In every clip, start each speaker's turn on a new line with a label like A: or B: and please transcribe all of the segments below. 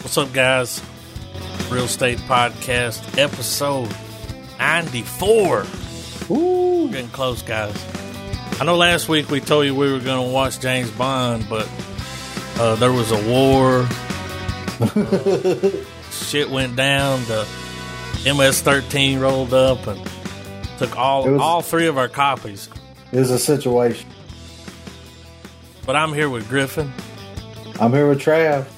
A: What's up, guys? Real Estate Podcast, episode 94. Ooh, getting close, guys. I know last week we told you we were going to watch James Bond, but uh, there was a war. Uh, shit went down. The MS 13 rolled up and took all,
B: It was-
A: all three of our copies.
B: is a situation.
A: But I'm here with Griffin.
B: I'm here with Trav.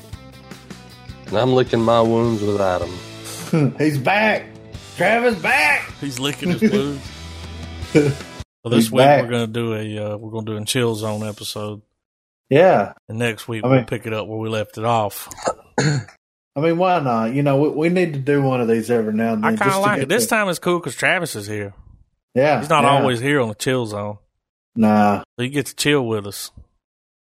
C: And I'm licking my wounds without him.
B: He's back. Trav is back.
A: He's licking his booze. well, this
B: He's
A: week
B: back.
A: we're gonna do a uh, we're gonna do a chill zone episode,
B: Yeah.
A: and next week
B: I
A: we'll
B: mean-
A: pick it up where we left it off.
B: I mean, why not? You know, we, we need to do one of these every now and then.
A: I kind
B: just
A: of
B: to
A: like
B: get
A: it. This
B: the-
A: time it's cool because Travis is here.
B: Yeah.
A: He's not
B: yeah.
A: always here on the chill zone,
B: Nah.
A: so you get to chill with us.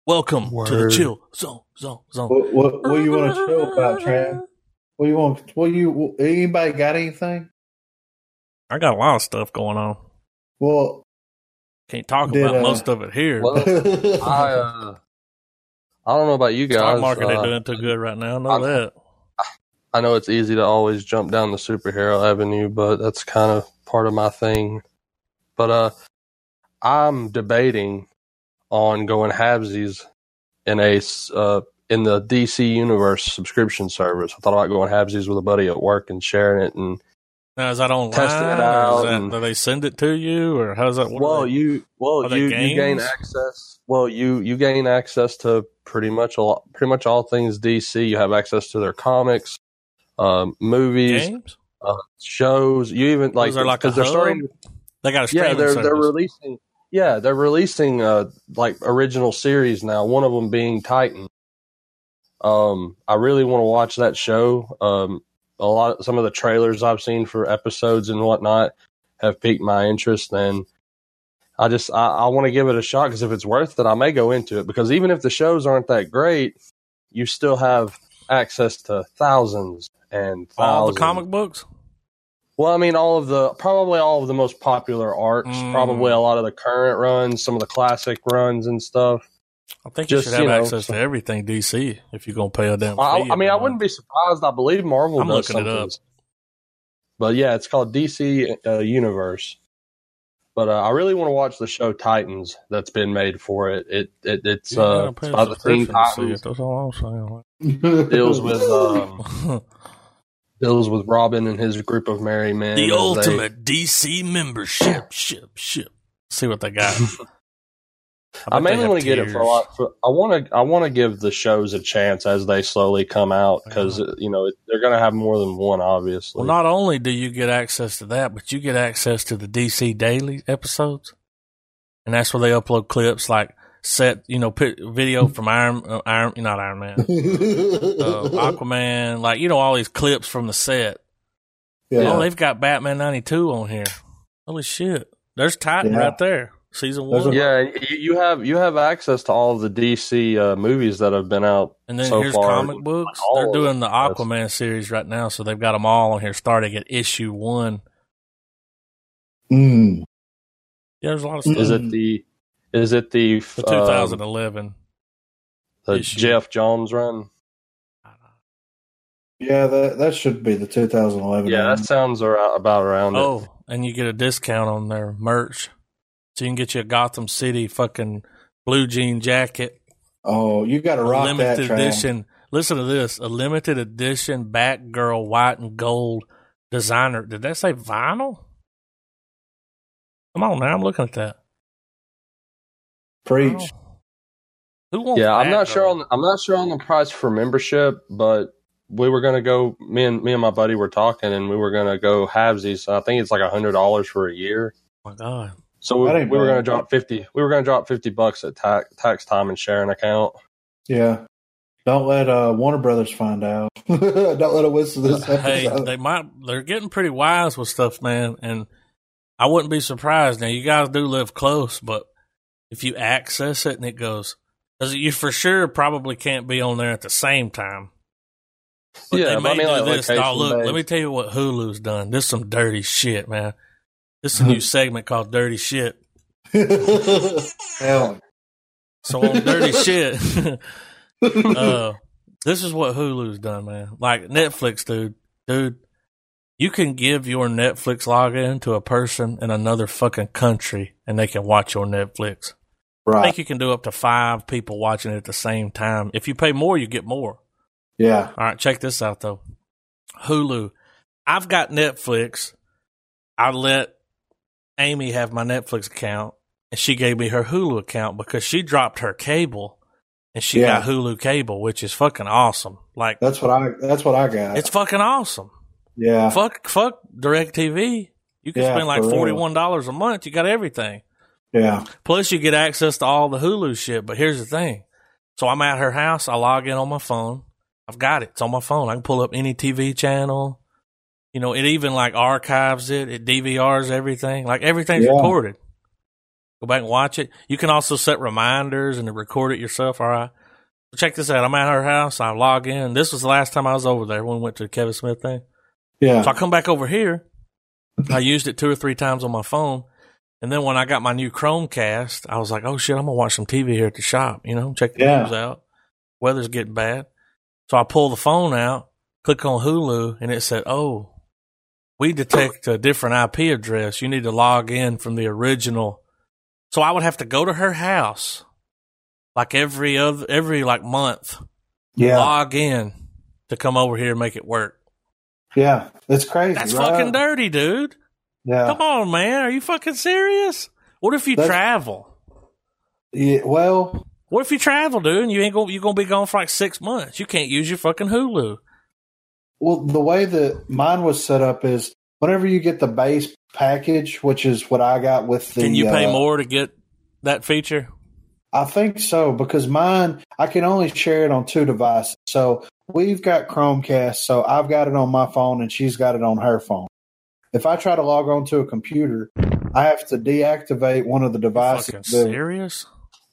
A: Welcome to the
C: Word.
A: chill zone, zone, zone.
B: What, what, what you want to chill about, Trav? What you want? What you? What, anybody got anything?
A: I got a lot of stuff going on.
B: Well,
A: Can't talk
B: Did,
A: about
B: uh,
A: most of it here.
C: Well, I, uh, I don't know about you
A: Stock
C: guys.
A: market ain't
C: uh,
A: doing too good right now. I know
C: I'm-
A: that.
C: I know it's easy to always jump down the superhero avenue, but that's kind of part of my thing. But uh, I'm debating on going Habsies in a s- uh, in the DC Universe subscription service. I thought about going Habsies with a buddy at work and sharing it. And
A: Now is that online?
C: Testing it
A: or is
C: out
A: that-
C: and-
A: do they send it to you, or how's that? what are
C: well,
A: they-
C: you well
A: are they
C: you, you gain
A: games?
C: access. Well, you you gain access to pretty much a lot, pretty much all things DC. You have access to their comics, um, movies,
A: games?
C: uh, shows. You even like
A: there like a
C: because they're
A: hub?
C: starting.
A: They got a streaming
C: yeah, they're
A: service.
C: they're releasing. Yeah, they're releasing uh like original series now. One of them being Titan. Um, I really want to watch that show. Um, a lot some of the trailers I've seen for episodes and whatnot have piqued my interest, and I just I, I want to give it a shot because if it's worth it, I may go into it. Because even if the shows aren't that great, you still have access to thousands and thousands.
A: all the comic books.
C: Well, I mean, all of the probably all of the most popular arcs,
A: Mm.
C: probably a lot of the current runs, some of the classic runs and stuff.
A: I think
C: Just,
A: you should have
C: you know,
A: access to everything DC if you're gonna pay a damn.
C: I,
A: fee,
C: I mean, I wouldn't be surprised. I believe Marvel
A: I'm
C: does
A: looking it
C: something.
A: up.
C: But yeah, it's called DC uh, Universe. But uh, I really want to watch the show Titans that's been made for it. It, it it's
A: You gotta
C: uh,
A: pay
C: it's
A: a
C: by the
A: subscription
C: Teen
A: to see
C: Titans.
A: it. That's all I'm
C: Deals with um,
A: saying.
C: deals with Robin and his group of merry men. as
A: the
C: they-
A: ultimate DC membership. Ship, ship. See what they got.
C: I,
A: bet they
C: mainly
A: have
C: want to get it for a
A: tiers.
C: lot. For, I want to. I want to give the shows a chance as they slowly come out because you know they're going to have more than one, obviously.
A: Well, not only do you get access to that, but you get access to the DC Daily episodes, and that's where they upload clips like set, you know, pit, video from Iron, uh, Iron, not Iron Man, uh, Aquaman, like you know, all these clips from the set. Oh,
B: yeah.
A: they've got Batman '92 on here. Holy shit! There's Titan
B: Yeah.
A: right there, season
B: There's
A: one.
B: a-
C: yeah, and you, you have you have access to all of the DC uh, movies that have been out.
A: and then
C: so
A: here's
C: far,
A: comic books.
C: all
A: They're
C: of
A: doing the
C: them. That's-
A: Aquaman series right now, so they've got them all on here, starting at issue one.
B: Mm.
A: Yeah, there's a lot of
C: Is
A: stuff.
C: it the is it the
A: Mm-hmm. The
C: um,
A: 2011.
C: the
A: issue?
C: Jeff Johns run?
B: Yeah. That that should be the 2011.
C: Yeah,
B: one.
C: that sounds ar- about around. it.
A: Mm-hmm. Oh, and you get a discount on their merch. So you can get you a Gotham City fucking blue jean jacket.
B: Oh, you got to
A: A
B: rock that
A: limited
B: Trav.
A: edition. Listen to this. A limited edition Batgirl white and gold designer. Did that say vinyl? Come on now, I'm looking at that.
B: Preach.
A: Who wants
C: Yeah, I'm not
A: Batgirl?
C: sure on the, I'm not sure on the price for membership, but we were gonna go. Me and me and my buddy were talking, and we were gonna go halvesies. So I think it's like a hundred dollars for a year.
A: Oh my god.
C: So we,
B: That ain't
C: we were
B: bad.
C: gonna drop fifty. We were gonna drop fifty bucks at tax, tax time and sharing account.
B: Yeah. Don't let uh, Warner Brothers find out. Don't let it whistle this
A: Uh, hey,
B: episode.
A: they might they're getting pretty wise with stuff, man, and I wouldn't be surprised. Now you guys do live close, but if you access it and it goes because you for sure probably can't be on there at the same time. But
C: yeah,
A: they
C: but
A: may
C: I mean,
A: do
C: like
A: this. Dog,
C: location
A: look, let
C: based.
A: me tell you what Hulu's done. This is some dirty shit, man. This is a new segment called Dirty Shit.
B: Hell.
A: So on Dirty Shit, uh, This is what Hulu's done, man. Like Netflix, dude. Dude, you can give your Netflix login to a person in another fucking country and they can watch your Netflix. I
B: Right.
A: think you can do up to five people watching it at the same time. If you pay more, you get more.
B: Yeah.
A: All right, check this out though. Hulu. I've got Netflix. I let Amy have my Netflix account, and she gave me her Hulu account because she dropped her cable, and she
B: Yeah.
A: got Hulu cable, which is fucking awesome. Like
B: That's what I. That's what I got.
A: it's fucking awesome.
B: yeah.
A: Fuck, fuck DirecTV. You can
B: Yeah,
A: spend like
B: for real.
A: forty one dollars a month. You got everything.
B: yeah.
A: Plus, you get access to all the Hulu shit. But here's the thing: so I'm at her house. I log in on my phone. I've got it. It's on my phone. I can pull up any TV channel. You know, it even like archives it. It DVRs everything. Like everything's
B: Yeah.
A: recorded. Go back and watch it. You can also set reminders and to record it yourself. All right. So check this out. I'm at her house. I log in. This was the last time I was over there when we went to the Kevin Smith thing.
B: Yeah.
A: So I come back over here. I used it two or three times on my phone. And then when I got my new Chromecast, I was like, oh shit, I'm going to watch some TV here at the shop, you know, check the
B: Yeah.
A: news out. Weather's getting bad. So I pull the phone out, click on Hulu, and it said, oh, we detect a different IP address. You need to log in from the original. So I would have to go to her house like every other, every like month,
B: Yeah.
A: log in to come over here and make it work.
B: Yeah. It's crazy.
A: That's
B: right?
A: fucking dirty, dude.
B: Yeah.
A: Come on, man. Are you fucking serious? What if you
B: That's-
A: travel?
B: Yeah, well,
A: What if you travel, dude? And you ain't gonna you gonna be gone for like six months. You can't use your fucking Hulu.
B: well, the way that mine was set up is whenever you get the base package, which is what I got with the.
A: Can you pay
B: uh,
A: more to get that feature?
B: I think so because mine I can only share it on two devices. So we've got Chromecast, so I've got it on my phone and she's got it on her phone. If I try to log on to a computer, I have to deactivate one of the devices.
A: Fucking
B: that-
A: serious?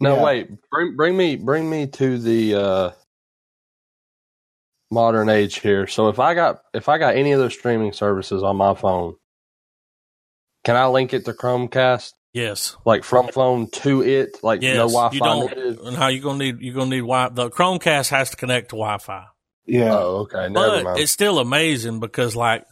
C: No,
B: Yeah.
C: wait. Bring bring me bring me to the uh, modern age here. So if I got if I got any of those streaming services on my phone, can I link it to Chromecast?
A: Yes.
C: Like from phone to it? Like
A: Yes.
C: no Wi
A: you
C: Fi
A: don't.
C: needed?
A: And how you gonna need you gonna need Wi? The Chromecast has to connect to Wi-Fi.
B: yeah,
C: Oh, okay. Never
A: But
C: mind.
A: it's still amazing because, like,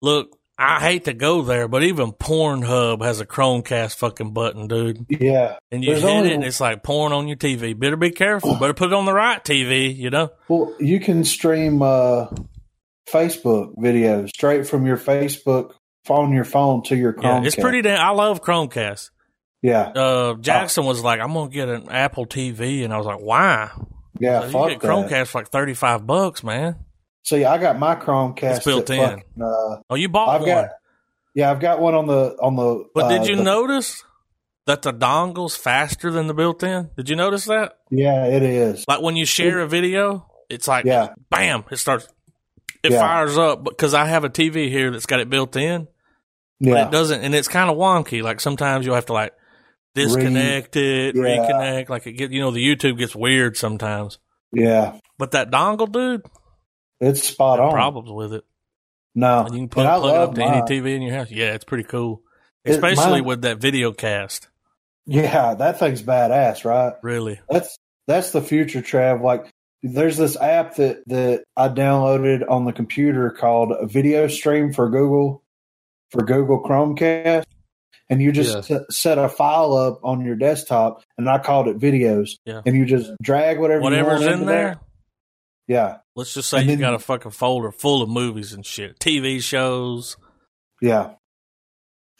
A: look, I hate to go there, but even Pornhub has a Chromecast fucking button, dude.
B: yeah.
A: and you
B: There's
A: hit
B: only-
A: it, and it's like porn on your TV. Better be careful. Better put it on the right TV. You know,
B: Well, you can stream uh, Facebook videos straight from your Facebook phone, your phone to your
A: yeah,
B: Chromecast. Oh.
A: it's pretty. Damn, I love Chromecast.
B: Yeah,
A: Uh, Jackson was like, "I'm gonna get an Apple TV," and I was like, "Why?"
B: yeah.
A: So
B: fuck
A: you get
B: that.
A: Chromecast for like thirty five bucks, man.
B: See, I got my Chromecast
A: It's built
B: that
A: in.
B: fucking, uh,
A: Oh, you bought
B: I've
A: one,
B: got- yeah, I've got one on the on the.
A: but
B: uh,
A: did you
B: the-
A: notice that the dongle's faster than the built-in? Did you notice that?
B: Yeah, it is.
A: Like when you share a video, it's like,
B: Yeah,
A: bam, it starts. It
B: Yeah.
A: fires up because I have a TV here that's got it built in. but
B: yeah,
A: it doesn't and it's kind of wonky like sometimes you'll have to like disconnect it
B: Yeah.
A: reconnect like it get you know the youtube gets weird sometimes
B: yeah.
A: but that dongle dude
B: It's spot
A: no
B: on.
A: problems with it
B: No,
A: and you can plug,
B: And I
A: plug it
B: love
A: up to
B: mine.
A: any tv in your house yeah it's pretty cool
B: It-
A: especially
B: mine-
A: with that video cast
B: Yeah, that thing's badass, right?
A: really
B: That's that's the future, Trav. Like, there's this app that that I downloaded on the computer called Video Stream for Google for Google Chromecast, and you just
C: Yes.
B: t- set a file up on your desktop, and I called it videos,
A: Yeah.
B: and you just drag whatever you
A: whatever's
B: want
A: in
B: into
A: there,
B: Yeah,
A: let's just say
B: And
A: you
B: then-
A: got a fucking folder full of movies and shit tv shows
B: yeah,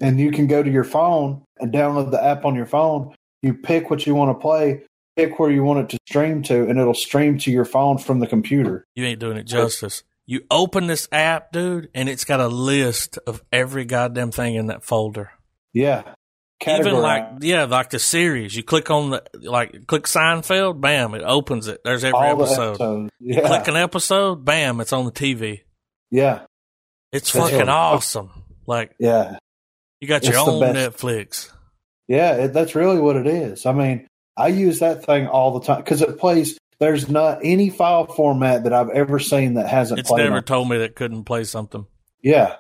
B: and you can go to your phone and download the app on your phone. You pick what you want to play, pick where you want it to stream to, and it'll stream to your phone from the computer.
A: you ain't doing it justice you open this app dude and it's got a list of every goddamn thing in that folder
B: Yeah.
A: even
B: Categorized.
A: like yeah, like the series. You click on the like click Seinfeld, bam, it opens it. There's every
B: all the
A: episode.
B: episodes. Yeah.
A: Click an episode, bam, it's on the TV.
B: yeah.
A: It's
B: That's
A: fucking
B: what-
A: awesome. Like
B: Yeah.
A: you got
B: It's
A: your
B: the
A: own
B: best.
A: Netflix.
B: Yeah. It, that's really what it is. I mean, I use that thing all the time because it plays. There's not any file format that I've ever seen that hasn't
A: It's
B: played.
A: never
B: on-
A: told me that it couldn't play something.
B: yeah.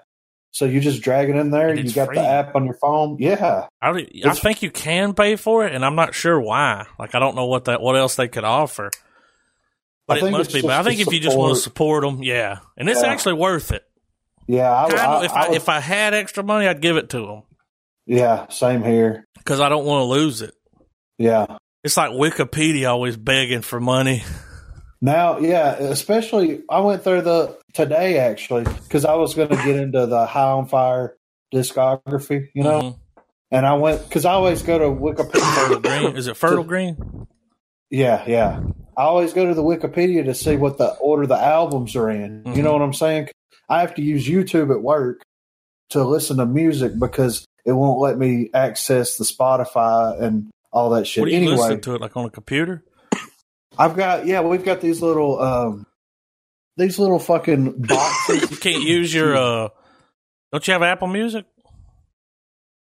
B: So you just drag it in there.
A: And
B: You
A: it's
B: got
A: free.
B: the app on your phone. Yeah.
A: I, don't- I
B: It's-
A: think you can pay for it, and I'm not sure why. Like I don't know what that what else they could offer. But
B: I
A: it
B: think
A: must
B: it's
A: be. But I
B: just
A: think
B: to
A: if you just want to
B: support-
A: support them, yeah, and it's
B: Yeah.
A: actually worth it.
B: Yeah, I,
A: Kinda,
B: I,
A: if
B: I
A: I,
B: would-
A: if I had extra money, I'd give it to them
B: yeah, same here.
A: because I don't want to lose it.
B: Yeah.
A: It's like Wikipedia always begging for money.
B: Now, yeah, especially I went through the today actually because I was going to get into the High on Fire discography, you know,
A: Mhm.
B: and I went because I always go to Wikipedia.
A: Fertile green is it fertile green?
B: yeah, yeah, I always go to the Wikipedia to see what the order the albums are in. You
A: Mm-hmm.
B: know what I'm saying? I have to use YouTube at work to listen to music because it won't let me access the Spotify and all that shit.
A: What do you
B: anyway,
A: listen to it like on a computer?
B: I've got yeah, we've got these little um these little fucking boxes.
A: You can't use your. uh Don't you have Apple Music?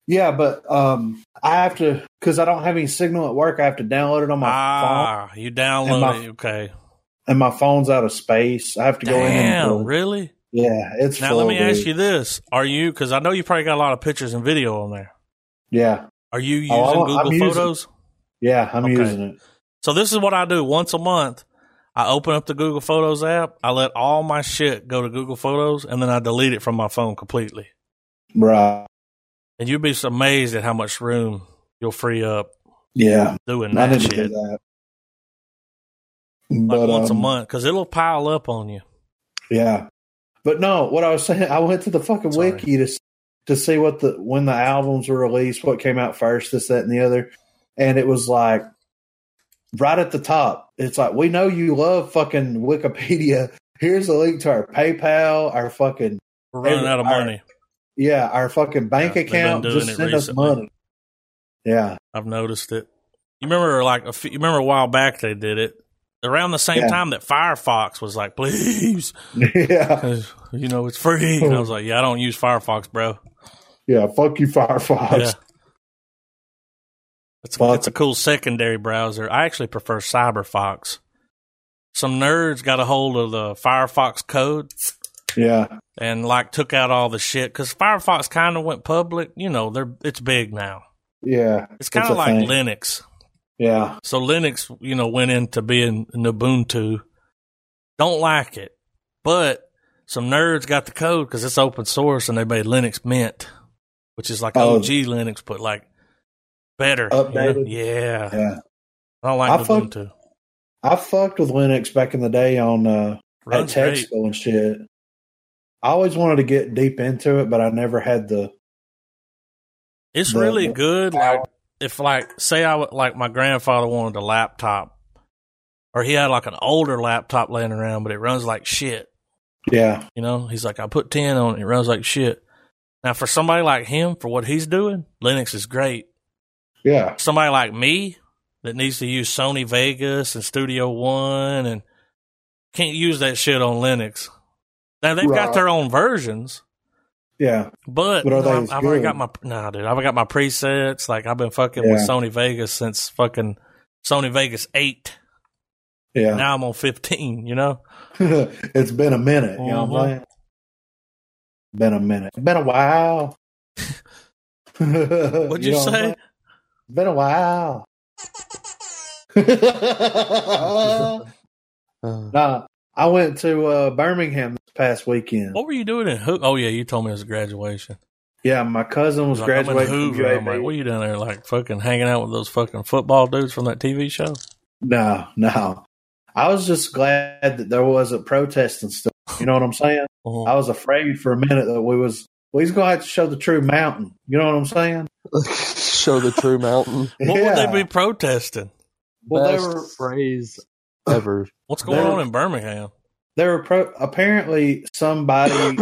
B: Yeah, but um, I have to because I don't have any signal at work. I have to download it on my phone,
A: Ah, you download
B: And my-
A: it. Okay.
B: and my phone's out of space. I have to go in. And
A: Damn,
B: fill it.
A: really?
B: yeah, it's
A: Now
B: full,
A: let me
B: dude.
A: ask you this: Are you? Because I know you probably got a lot of pictures and video on there.
B: Yeah,
A: Are you using
B: Oh, I'm-
A: Google
B: I'm using-
A: Photos?
B: yeah, I'm
A: Okay.
B: using it.
A: So this is what I do once a month. I open up the Google Photos app. I let all my shit go to Google Photos, and then I delete it from my phone completely.
B: Right.
A: And you'd be amazed at how much room you'll free up
B: Yeah,
A: doing
B: I
A: that
B: didn't do
A: shit.
B: that.
A: Like once
B: um,
A: a month, because it'll pile up on you.
B: Yeah, but no, what I was saying, I went to the fucking
A: Sorry.
B: wiki to s- to see what the when the albums were released, what came out first, this, that, and the other, and it was like right at the top. It's like we know you love fucking Wikipedia. Here's a link to our PayPal, our fucking
A: We're running
B: every-
A: out of
B: our-
A: money.
B: yeah, our fucking bank
A: Yeah, they've been
B: account.
A: doing
B: Just
A: it
B: send us
A: recently.
B: money. Yeah,
A: I've noticed it. You remember, like a few, you remember a while back they did it around the same
B: Yeah.
A: time that Firefox was like, please,
B: yeah,
A: 'cause, you know, it's free. And I was like, yeah, I don't use Firefox, bro.
B: yeah. Fuck you, Firefox.
A: Yeah. It's,
B: Fuck.
A: it's a cool secondary browser. I actually prefer Cyberfox. Some nerds got a hold of the Firefox code
B: yeah,
A: and like took out all the shit because Firefox kind of went public. You know, they're it's big now.
B: yeah,
A: It's kind
B: It's a
A: of like
B: thing.
A: Linux.
B: yeah.
A: So Linux, you know, went into being an Ubuntu. Don't like it, but some nerds got the code because it's open source and they made Linux Mint, which is like
B: Oh.
A: OG Linux, but like better.
B: Updated.
A: Yeah.
B: Yeah.
A: I don't like
B: I fuck-
A: Ubuntu.
B: I fucked with Linux back in the day on uh, at
A: Runs great.
B: Texco and shit. I always wanted to get deep into it, but I never had the
A: It's
B: the-
A: really
B: the
A: good. Like
B: power.
A: if like say I would like my grandfather wanted a laptop, or he had like an older laptop laying around, but it runs like shit.
B: yeah
A: You know, he's like, I put 10 on it. It runs like shit. Now, for somebody like him, for what he's doing, Linux is great.
B: yeah
A: Somebody like me that needs to use Sony Vegas and Studio One and can't use that shit on Linux. Now, they've got
B: Right.
A: their own versions,
B: yeah
A: but
B: But are they
A: I've,
B: as
A: I've already got
B: good?
A: my, nah, dude, I've already got my presets. Like, I've been fucking with
B: Yeah.
A: Sony Vegas since fucking Sony Vegas 8.
B: yeah.
A: Now I'm on 15, you know?
B: it's been a minute. You know what
A: Uh-huh.
B: I'm saying? Been a minute. Been a while.
A: What'd
B: What'd
A: you, say?
B: Been a while. nah, I went to uh, Birmingham this past weekend.
A: What were you doing in Hook? Oh, yeah, you told me it was a graduation.
B: Yeah, my cousin was
A: Like,
B: graduating
A: I'm in
B: from
A: Hoover. I'm like,
B: UAB.
A: what you down there, like fucking hanging out with those fucking football dudes from that TV show?
B: No, no. I was just glad that there wasn't protest and stuff. You know what I'm saying? I
A: Oh,
B: was afraid for a minute that we was we was gonna have to show the true mountain. You know what I'm saying?
C: Show the true mountain.
A: what
B: Yeah.
A: would they be protesting?
B: Well, they
C: Best
B: were-
C: phrase ever.
A: What's going
B: They're-
A: on in Birmingham?
B: They were pro- apparently somebody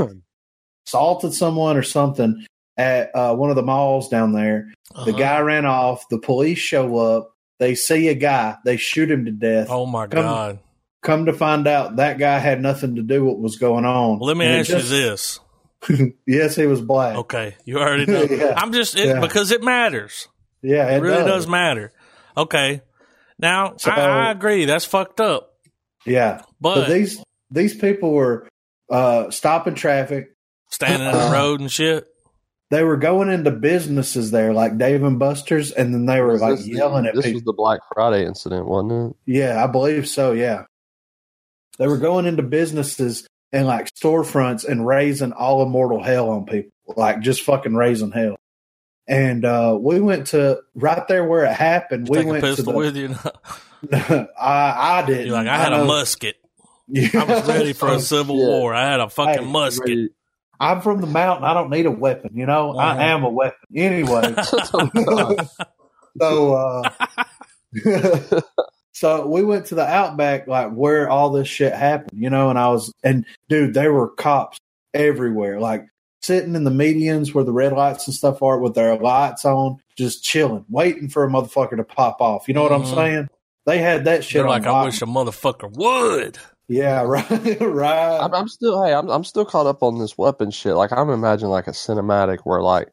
B: assaulted someone or something at uh, one of the malls down there. The
A: Uh-huh.
B: guy ran off. The police show up. They see a guy. They shoot him to death.
A: Oh my
B: Come-
A: god!
B: Come to find out, that guy had nothing to do with what was going on.
A: Well, let me
B: And it
A: ask
B: just-
A: you this.
B: yes, he was black.
A: Okay, you already know.
B: Yeah.
A: I'm just it,
B: Yeah.
A: because it matters.
B: Yeah,
A: It, really does. matter. Okay, now
B: So-
A: I, I agree. That's fucked up.
B: Yeah,
A: But
B: but these these people were uh, stopping traffic.
A: standing in
B: Uh,
A: the road and shit.
B: They were going into businesses there, like Dave and Buster's, and then they were like
C: This-
B: yelling at
C: This
B: people.
C: was the Black Friday incident, wasn't it?
B: yeah, I believe so. Yeah, They were going into businesses and like storefronts and raising all immortal hell on people, like just fucking raising hell. And uh, we went to right there where it happened. we
A: Take a
B: went to
A: pistol
B: the,
A: with you.
B: I, I didn't.
A: You're like, I had a
B: know-
A: musket.
B: Yeah.
A: I was ready for a civil
C: Yeah.
A: war. I had a fucking
B: Hey,
A: musket.
B: I'm from the mountain. I don't need a weapon. You know,
A: Uh-huh.
B: I am a weapon anyway. so, uh, so we went to the outback, like where all this shit happened. You know, and I was, and dude, there were cops everywhere, like sitting in the medians where the red lights and stuff are, with their lights on, just chilling, waiting for a motherfucker to pop off. You know what
A: Mhm.
B: I'm saying? They had that shit.
A: You're
B: on
A: like, I
B: lock.
A: wish a motherfucker would.
B: Yeah, right, right.
C: I'm, I'm still hey, I'm I'm still caught up on this weapon shit. Like I'm imagining like a cinematic where like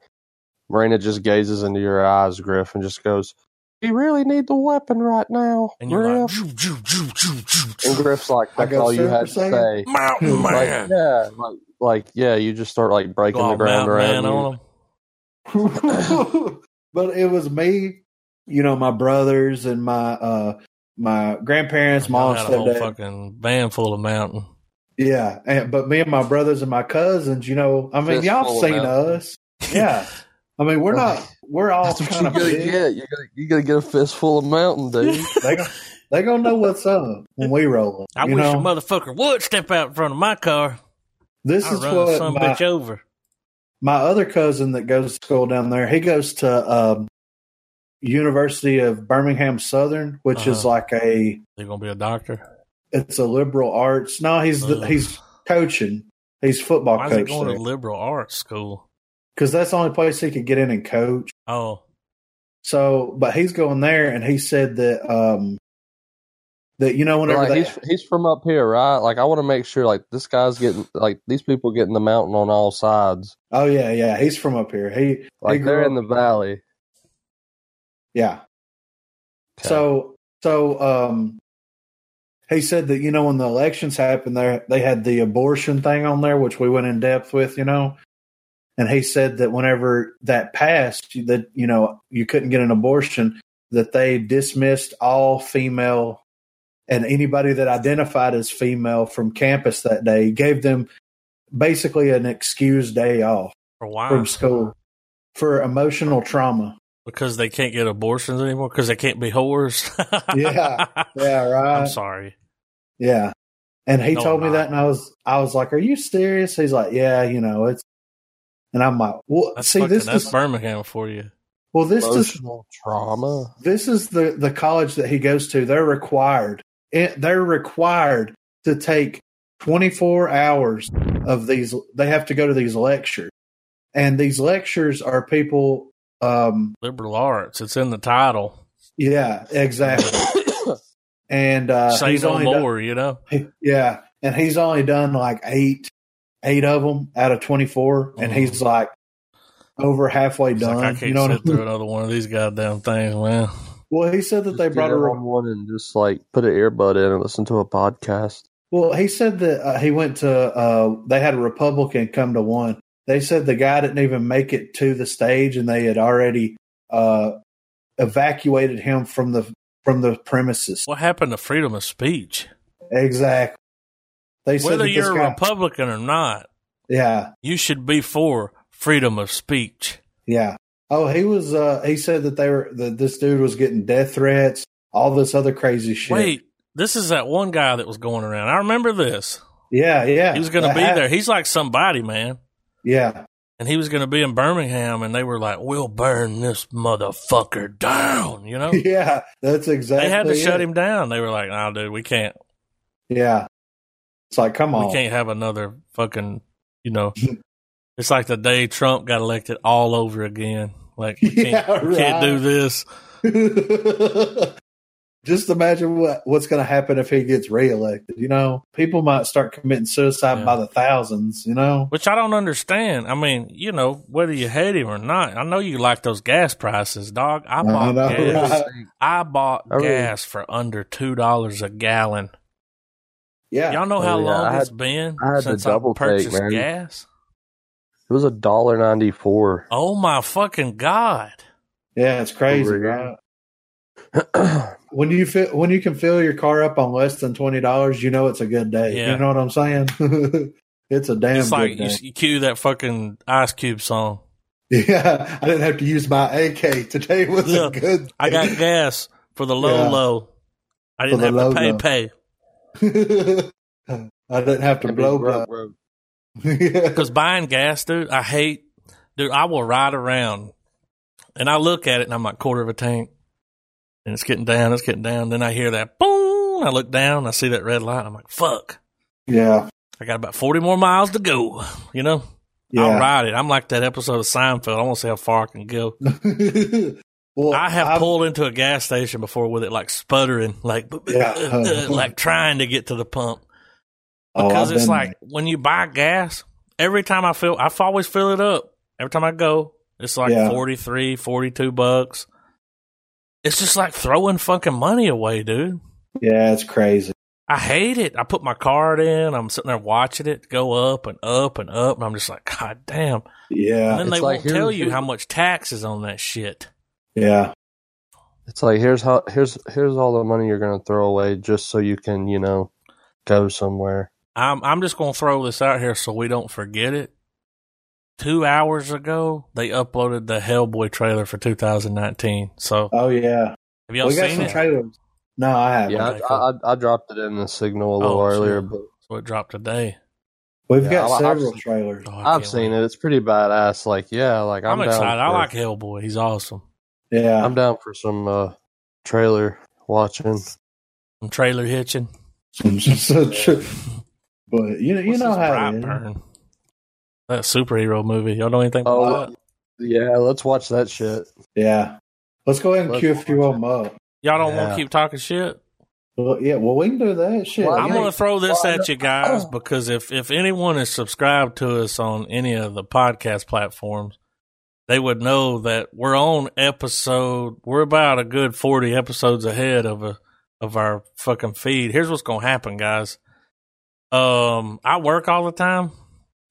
C: Marina just gazes into your eyes, Griff, and just goes, "You really need the weapon right now,
A: And you're like,
C: Griff."
A: "Jew, Jew, Jew, Jew, Jew,
C: and
A: Jew,
C: Griff's like,
B: I
C: "That's
B: go
C: all you
B: Super
C: had to
B: Saiyan?
C: say."
A: Mountain
C: Like,
A: man.
C: yeah, like, like yeah, you just start like breaking
A: Go
C: the
A: all
C: ground
A: mountain man
C: around. you.
A: on him.
B: but it was me, you know, my brothers and my uh my grandparents,
A: Y'all
B: mom,
A: had a whole
B: stepdad.
A: fucking van full of mountain.
B: Yeah, and, but me and my brothers and my cousins, you know, I mean,
C: Fist full
B: y'all
C: of
B: seen
C: mountain.
B: us. Yeah. I mean, we're not, we're all
C: That's what
B: kind
C: you
B: of
C: gotta
B: big.
C: get. You gotta, you gotta get a fistful of mountain, dude.
B: They, gon- they gonna know what's up when we roll up.
A: I
B: you
A: wish
B: know,
A: a motherfucker would step out in front of my car.
B: this
A: I'd
B: is
A: run
B: what
A: some
B: my,
A: bitch over.
B: my other cousin that goes to school down there, he goes to um, University of Birmingham Southern, which is
A: Uh-huh.
B: like a
A: You're gonna be a doctor.
B: it's a liberal arts. No, he's the,
A: Ugh.
B: he's coaching. He's football
A: Why is he
B: coach
A: going to liberal arts school?
B: because that's the only place he could get in and coach.
A: Oh,
B: So, but he's going there, and he said that um that you know whenever
C: Like,
B: they,
C: he's he's from up here, right? Like I want to make sure like this guy's getting like these people getting the mountain on all sides.
B: oh yeah yeah he's from up here he
C: Like
B: he
C: they're
B: grew
C: in the valley.
B: yeah So so um he said that you know when the elections happened there they had the abortion thing on there which we went in depth with you know and he said that whenever that passed that you know you couldn't get an abortion that they dismissed all female and anybody that identified as female from campus that day gave them basically an excused day off
A: for why?
B: from school for emotional trauma
A: Because they can't get abortions anymore. Because they can't be whores.
B: Yeah. Uh, yeah right
A: I'm sorry.
B: Yeah. And he
A: No,
B: told me
A: I'm
B: that and I was I was like, Are you serious? He's like, Yeah, you know, it's and I'm like, Well
A: That's
B: see
A: fucking,
B: this
A: that's
B: is
A: Birmingham for you.
B: well this is
C: Emotional trauma.
B: this is the, the college that he goes to. They're required it, they're required to take twenty four hours of these they have to go to these lectures. And these lectures are people um
A: Liberal arts. It's in the title.
B: yeah, exactly. And uh
A: Say
B: he's
A: no
B: only done-
A: more. You know.
B: Yeah, and he's only done like eight, eight of them out of twenty and
A: Mhm.
B: he's like over halfway
A: It's
B: done.
A: Like, I can't
B: you know, what I
A: sit
B: mean?
A: through another one of these goddamn things, man.
B: well, he said that they
C: Just
B: brought
C: get
B: a
C: on one and just like put an earbud in and listen to a podcast.
B: well. He said that uh, he went to uh, they had a Republican come to one. They said the guy didn't even make it to the stage, and they had already uh, evacuated him from the from the premises.
A: What happened to freedom of speech?
B: Exactly. They said
A: Whether
B: that this
A: you're a
B: guy,
A: Republican or not,
B: yeah,
A: you should be for freedom of speech.
B: Yeah. Oh, he was. uh He said that they were that this dude was getting death threats, all this other crazy shit.
A: Wait, this is that one guy that was going around. I remember this.
B: Yeah, yeah.
A: He was going to
B: That
A: be
B: hap-
A: there. He's like somebody, man.
B: Yeah,
A: And he was going to be in Birmingham, and they were like, "We'll burn this motherfucker down." You know,
B: yeah. That's exactly.
A: they Oh. had to shut
B: it.
A: him down. They were like, "Nah, dude, we can't.
B: Yeah. It's like, come on.
A: We can't have another fucking." You know, it's like the day Trump got elected all over again. Like, we can't,
B: Yeah,
A: we can't do
B: right.
A: this.
B: Just imagine what what's going to happen if he gets reelected. You know, people might start committing suicide
A: Yeah.
B: by the thousands. You know.
A: Which I don't understand. I mean, you know, whether you hate him or not, I know you like those gas prices, dog. I
B: I
A: bought
B: know,
A: gas.
B: right?
A: I bought
C: I really-
A: gas for under two dollars a gallon.
B: Yeah.
A: Y'all know how
C: Oh, yeah.
A: long
C: I had-
A: it's been
C: I had to
A: since
C: double
A: I
C: take,
A: purchased
C: man.
A: gas.
C: It was a dollar ninety four.
A: Oh my fucking god!
B: yeah, it's crazy.
C: Over here.
B: Right? when you fi- when you can fill your car up on less than twenty dollars, you know it's a good day.
A: Yeah.
B: You know what I'm saying? it's a damn
A: It's like
B: good
A: you,
B: day.
A: you cue that fucking Ice Cube song.
B: yeah, I didn't have to use my AK today. Was
A: Yeah.
B: a good.
A: I got gas for the low
B: Yeah.
A: low. I didn't
B: the
A: have to
B: low
A: pay
B: low.
A: pay
B: got. I didn't have to
C: It'd be
B: blow
C: rough
B: blow.
C: road.
B: yeah.
A: because buying gas, dude. I hate, dude. I will ride around, and I look at it and I'm like quarter of a tank, and it's getting down, it's getting down. Then I hear that boom. I look down, I see that red light. I'm like, fuck.
B: Yeah.
A: I got about forty more miles to go. You know, I'll
B: Yeah.
A: ride it. I'm like that episode of Seinfeld. I want to see how far I can go.
B: well,
A: I have
B: I've-
A: pulled into a gas station before with it like sputtering, like
B: Yeah.
A: like trying to get to the pump
B: oh,
A: because
B: I've
A: it's
B: been-
A: like when you buy gas, every time I fill, I've always fill it up. Every time I go, it's like
B: Yeah.
A: forty three, forty two 43, 42 bucks. It's just like throwing fucking money away, dude.
B: yeah, it's crazy.
A: I hate it. I put my card in. I'm sitting there watching it go up and up and up. And I'm just like, God damn. And
B: Yeah,
A: then
C: It's
A: they
C: like
A: won't tell
C: here's-
A: you how much tax is on that shit.
B: yeah,
C: It's like here's how here's here's all the money you're gonna throw away just so you can you know go somewhere.
A: I'm I'm just gonna throw this out here so we don't forget it. Two hours ago, they uploaded the Hellboy trailer for 2019. So
B: oh yeah.
A: have y'all
B: we got
A: seen
B: some
A: it?
B: trailers. No, I haven't.
C: Yeah,
A: Okay,
C: I, I, I dropped it in the signal a little
A: Oh, sure.
C: earlier, but
A: so it dropped today.
B: We've
C: Yeah,
B: got
C: I've- I've
B: several
C: seen-
B: trailers.
A: Oh, I
C: I've
A: can't
C: seen
A: wait.
C: it. It's pretty badass. Like yeah, like I'm,
A: I'm,
C: down
A: excited. I
C: for-
A: like Hellboy. He's awesome.
B: Yeah,
C: I'm down for some uh, trailer watching.
A: Some trailer hitching.
B: but you know, you
A: What's
B: know
A: this
B: how it is.
A: Brightburn? that superhero movie. Y'all know anything about
C: Oh,
A: that?
C: Yeah, let's watch that shit.
B: Yeah, let's go ahead and
C: Let's
B: queue a few
C: watch
B: of them up.
A: Y'all don't want
C: yeah.
A: to keep talking shit.
B: Well, yeah, well, we can do that shit.
C: Well,
A: I'm
B: yeah.
A: going to throw this
C: Well, I
A: at you guys because if, if anyone is subscribed to us on any of the podcast platforms, they would know that we're on episode. We're about a good forty episodes ahead of a of our fucking feed. Here's what's going to happen, guys. Um, I work all the time,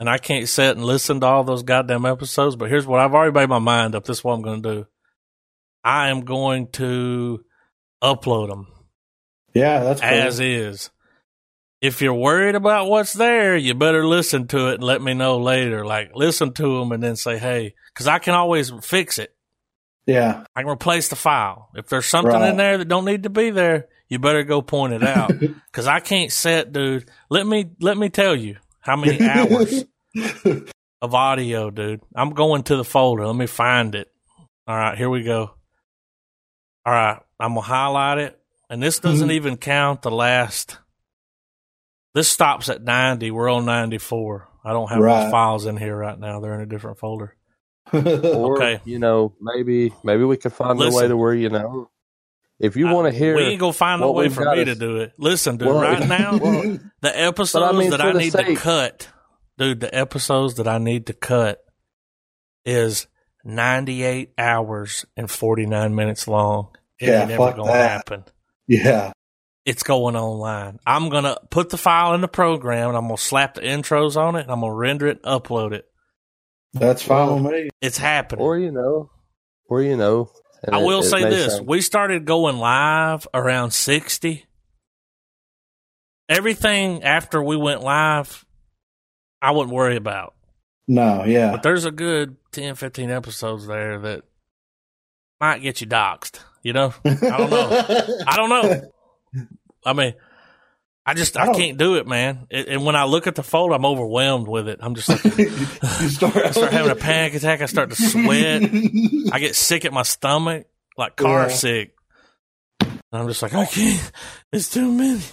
A: and I can't sit and listen to all those goddamn episodes. But here's what I've already made my mind up. This is what I'm going to do. I am going to upload them
B: yeah, that's cool.
A: as is. If you're worried about what's there, you better listen to it and let me know later. Like, listen to them and then say, hey, because I can always fix it.
B: yeah,
A: I can replace the file. If there's something
B: Right.
A: in there that don't need to be there, you better go point it out. Because I can't set, dude. Let me let me tell you how many hours of audio, dude. I'm going to the folder. Let me find it. All right, here we go. All right, I'm gonna highlight it, and this doesn't even count the last. This stops at 90. We're on 94. I don't have
B: Right.
A: those files in here right now. They're in a different folder.
C: Or
A: Okay.
C: you know, maybe maybe we could find a
A: Listen.
C: way to where you know, if you
A: I-
C: want to hear,
A: We ain't gonna find no
C: what
A: way
C: we've
A: for
C: got
A: me
C: is-
A: to do it. Listen, dude,
C: Well,
A: right now
C: Well,
A: the episodes
C: mean,
A: that
C: for
A: I
C: the
A: need to
C: sake-
A: cut, dude. The episodes that I need to cut is 98 hours and 49 minutes long. It
B: Yeah,
A: ain't ever
B: fuck
A: gonna
B: that.
A: happen.
B: yeah,
A: it's going online. I'm going to put the file in the program and I'm going to slap the intros on it and I'm going to render it and upload it.
B: that's fine with me.
A: It's happening.
C: or you know, or you know. and
A: I
C: it-
A: will
C: it
A: say
C: may
A: this.
C: sound-
A: We started going live around 60. Everything after we went live, I wouldn't worry about.
B: No, yeah,
A: But there's a good 10, 15 episodes there that might get you doxxed, you know? I don't know. I don't know. I mean, I just I
B: I don't-
A: can't do it, man. It, and when I look at the folder, I'm overwhelmed with it. I'm just like,
B: You start-
A: I start having a panic attack. I start to sweat. I get sick at my stomach, like car
B: Yeah.
A: sick. And I'm just like, I can't. It's too many.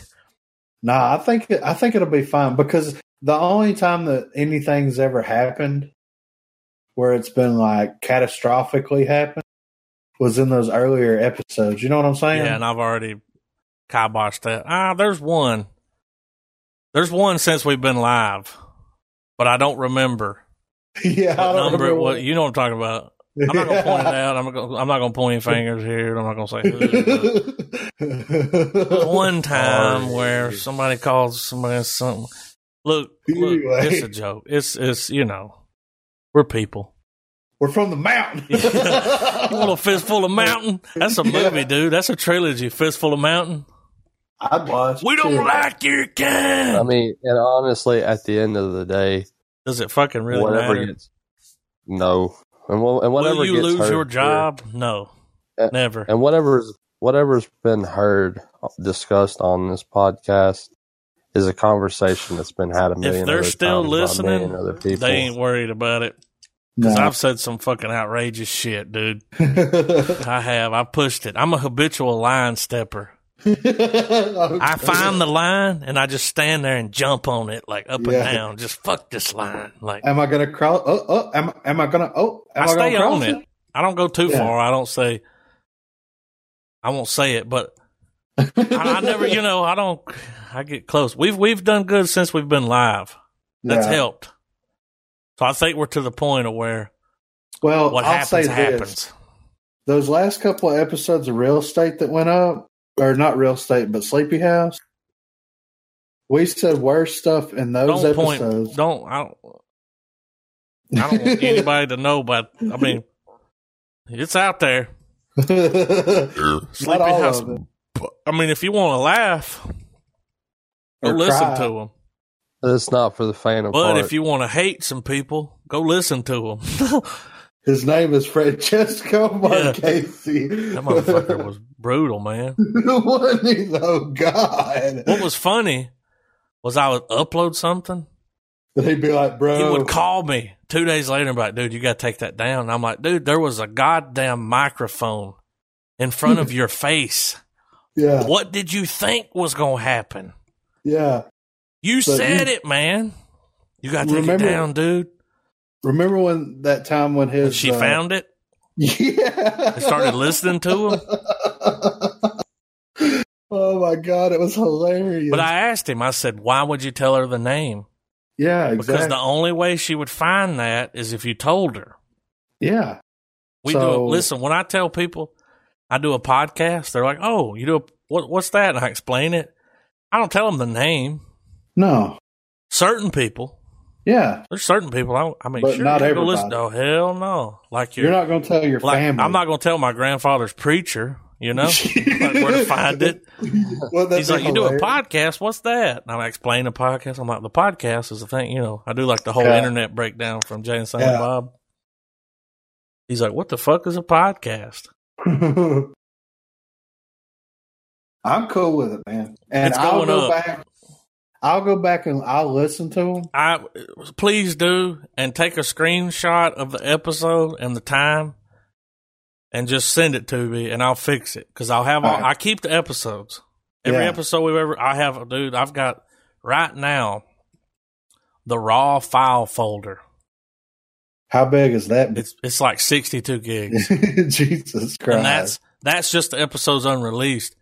B: Nah, I think I think it'll be fine because the only time that anything's ever happened where it's been like catastrophically happened was in those earlier episodes. You know what I'm saying?
A: Yeah, and I've already kiboshed that. Ah, there's one. There's one since we've been live, but I don't remember
B: yeah.
A: what
B: I don't
A: number it
B: remember
A: was.
B: what-
A: You know what I'm talking about. I'm not gonna point it out. I'm gonna, I'm not gonna point any fingers here. I'm not gonna say who. But one
B: Oh,
A: time where somebody calls somebody something. Look, look,
B: Anyway.
A: it's a joke. It's it's you know, we're people.
B: We're from the mountain.
A: You want a fistful of mountain? That's a movie, dude. That's a trilogy. Fistful of mountain.
B: I'd watch.
A: We don't
B: too.
A: like your
C: I
A: kind.
C: mean, and honestly, at the end of the day,
A: Does it fucking really
C: whatever
A: matter?
C: gets no, and, well, and whatever
A: Will you
C: gets
A: lose
C: heard
A: your
C: here,
A: job? No,
C: Uh,
A: never.
C: and whatever's whatever's been heard uh, discussed on this podcast is a conversation that's been had a million.
A: If they're
C: other
A: still
C: times by a million
A: listening,
C: other people.
A: they ain't worried about it.
B: No.
A: Cause I've said some fucking outrageous shit, dude. I have. I pushed it. I'm a habitual line stepper. I find the line and I just stand there and jump on it like up
B: Yeah.
A: and down. Just fuck this line. Like
B: Am I gonna cross? Oh, oh, am am I gonna? Oh, am
A: I
B: gonna
A: stay
B: cross
A: on it. I don't go too
B: Yeah.
A: far. I don't say. I won't say it, but I, I never. You know, I don't. I get close. We've we've done good since we've been live. That's
B: Yeah.
A: helped. So I think we're to the point of where
B: Well,
A: what
B: I'll say
A: happens
B: this.
A: happens.
B: Those last couple of episodes of Real Estate that went up, or not Real Estate, but Sleepy House, we said worse stuff in those
A: don't point.
B: episodes.
A: Don't. I don't. I don't want anybody to know, but I mean, it's out there. Sleepy
B: Not all
A: House.
B: of it.
A: I mean, if you want to laugh, go
B: Or
A: listen
B: cry.
A: to them.
C: It's not for the faint of
A: But
C: heart.
A: if you want to hate some people, go listen to them.
B: His name is Francesco Marchesi.
A: That motherfucker was brutal, man.
B: Wasn't he, though? oh, God.
A: What was funny was I would upload something.
B: They'd be like, bro.
A: He would call me two days later and be like, dude, you got to take that down. And I'm like, dude, there was a goddamn microphone in front of your face.
B: yeah,
A: What did you think was going to happen?
B: yeah.
A: You
B: But
A: said
B: you-
A: it, man. You got to take
B: Remember-
A: it down, dude.
B: Remember when that time when his
A: And she
B: uh,
A: found it
B: yeah
A: and started listening to him.
B: oh my god, it was hilarious.
A: But I asked him, I said, why would you tell her the name?
B: yeah,
A: Because
B: exactly.
A: the only way she would find that is if you told her.
B: yeah,
A: We do.
B: So-
A: Listen, when I tell people I do a podcast, they're like, "Oh, you do a, what? What's that?" And I explain it. I don't tell them the name.
B: no,
A: Certain people,
B: yeah.
A: there's certain people. I, I mean,
B: But
A: sure,
B: not
A: you can go listen.
B: everybody.
A: No, hell no. Like your,
B: You're not going to tell your
A: like,
B: family.
A: I'm not going to tell my grandfather's preacher. You know, like where to find it.
B: Well, that'd
A: He's
B: be
A: like, "You do a
B: hilarious.
A: podcast? What's that?" And I explain the podcast. I'm like, "The podcast is the thing." You know, I do like the whole
B: Yeah.
A: internet breakdown from Jay and Silent
B: Yeah.
A: Bob. He's like, "What the fuck is a podcast?"
B: I'm cool with it, man. And
A: It's
B: I'll
A: going
B: go
A: up.
B: back. I'll go back and I'll listen to them.
A: I please do and take a screenshot of the episode and the time, and just send it to me, and I'll fix it because I'll have all,
B: All right.
A: I keep the episodes. Every
B: Yeah.
A: episode we've ever I have, dude. I've got right now the raw file folder.
B: How big is that?
A: It's it's like sixty two gigs,
B: Jesus Christ!
A: and that's that's just the episodes unreleased.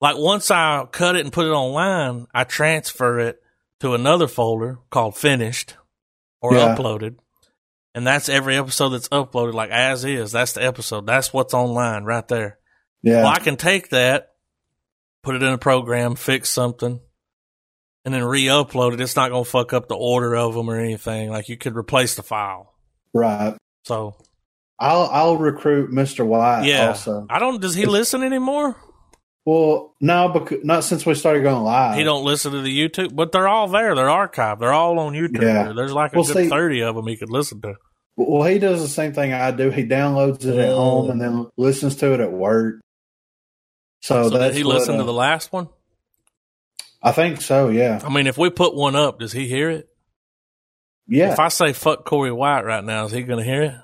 A: Like once I cut it and put it online, I transfer it to another folder called finished or
B: Yeah.
A: uploaded. And that's every episode that's uploaded, like as is. That's the episode. That's what's online right there.
B: yeah.
A: Well, I can take that, put it in a program, fix something, and then re upload it. It's not going to fuck up the order of them or anything. Like you could replace the file.
B: right.
A: So,
B: I'll I'll recruit Mr. White.
A: yeah.
B: Also.
A: I don't, does he listen anymore?
B: Well, no, because not since we started going live.
A: He don't listen to the YouTube, but they're all there. They're archived. They're all on YouTube.
B: Yeah.
A: There's like a
B: Well,
A: good
B: see-
A: 30 of them he could listen to.
B: Well, he does the same thing I do. He downloads it at
A: Mm.
B: home and then listens to it at work. So,
A: So did
B: that's
A: he
B: what,
A: listen to
B: uh,
A: the last one?
B: I think so. Yeah,
A: I mean, if we put one up, does he hear it?
B: yeah.
A: If I say fuck Corey White right now, is he going to hear it?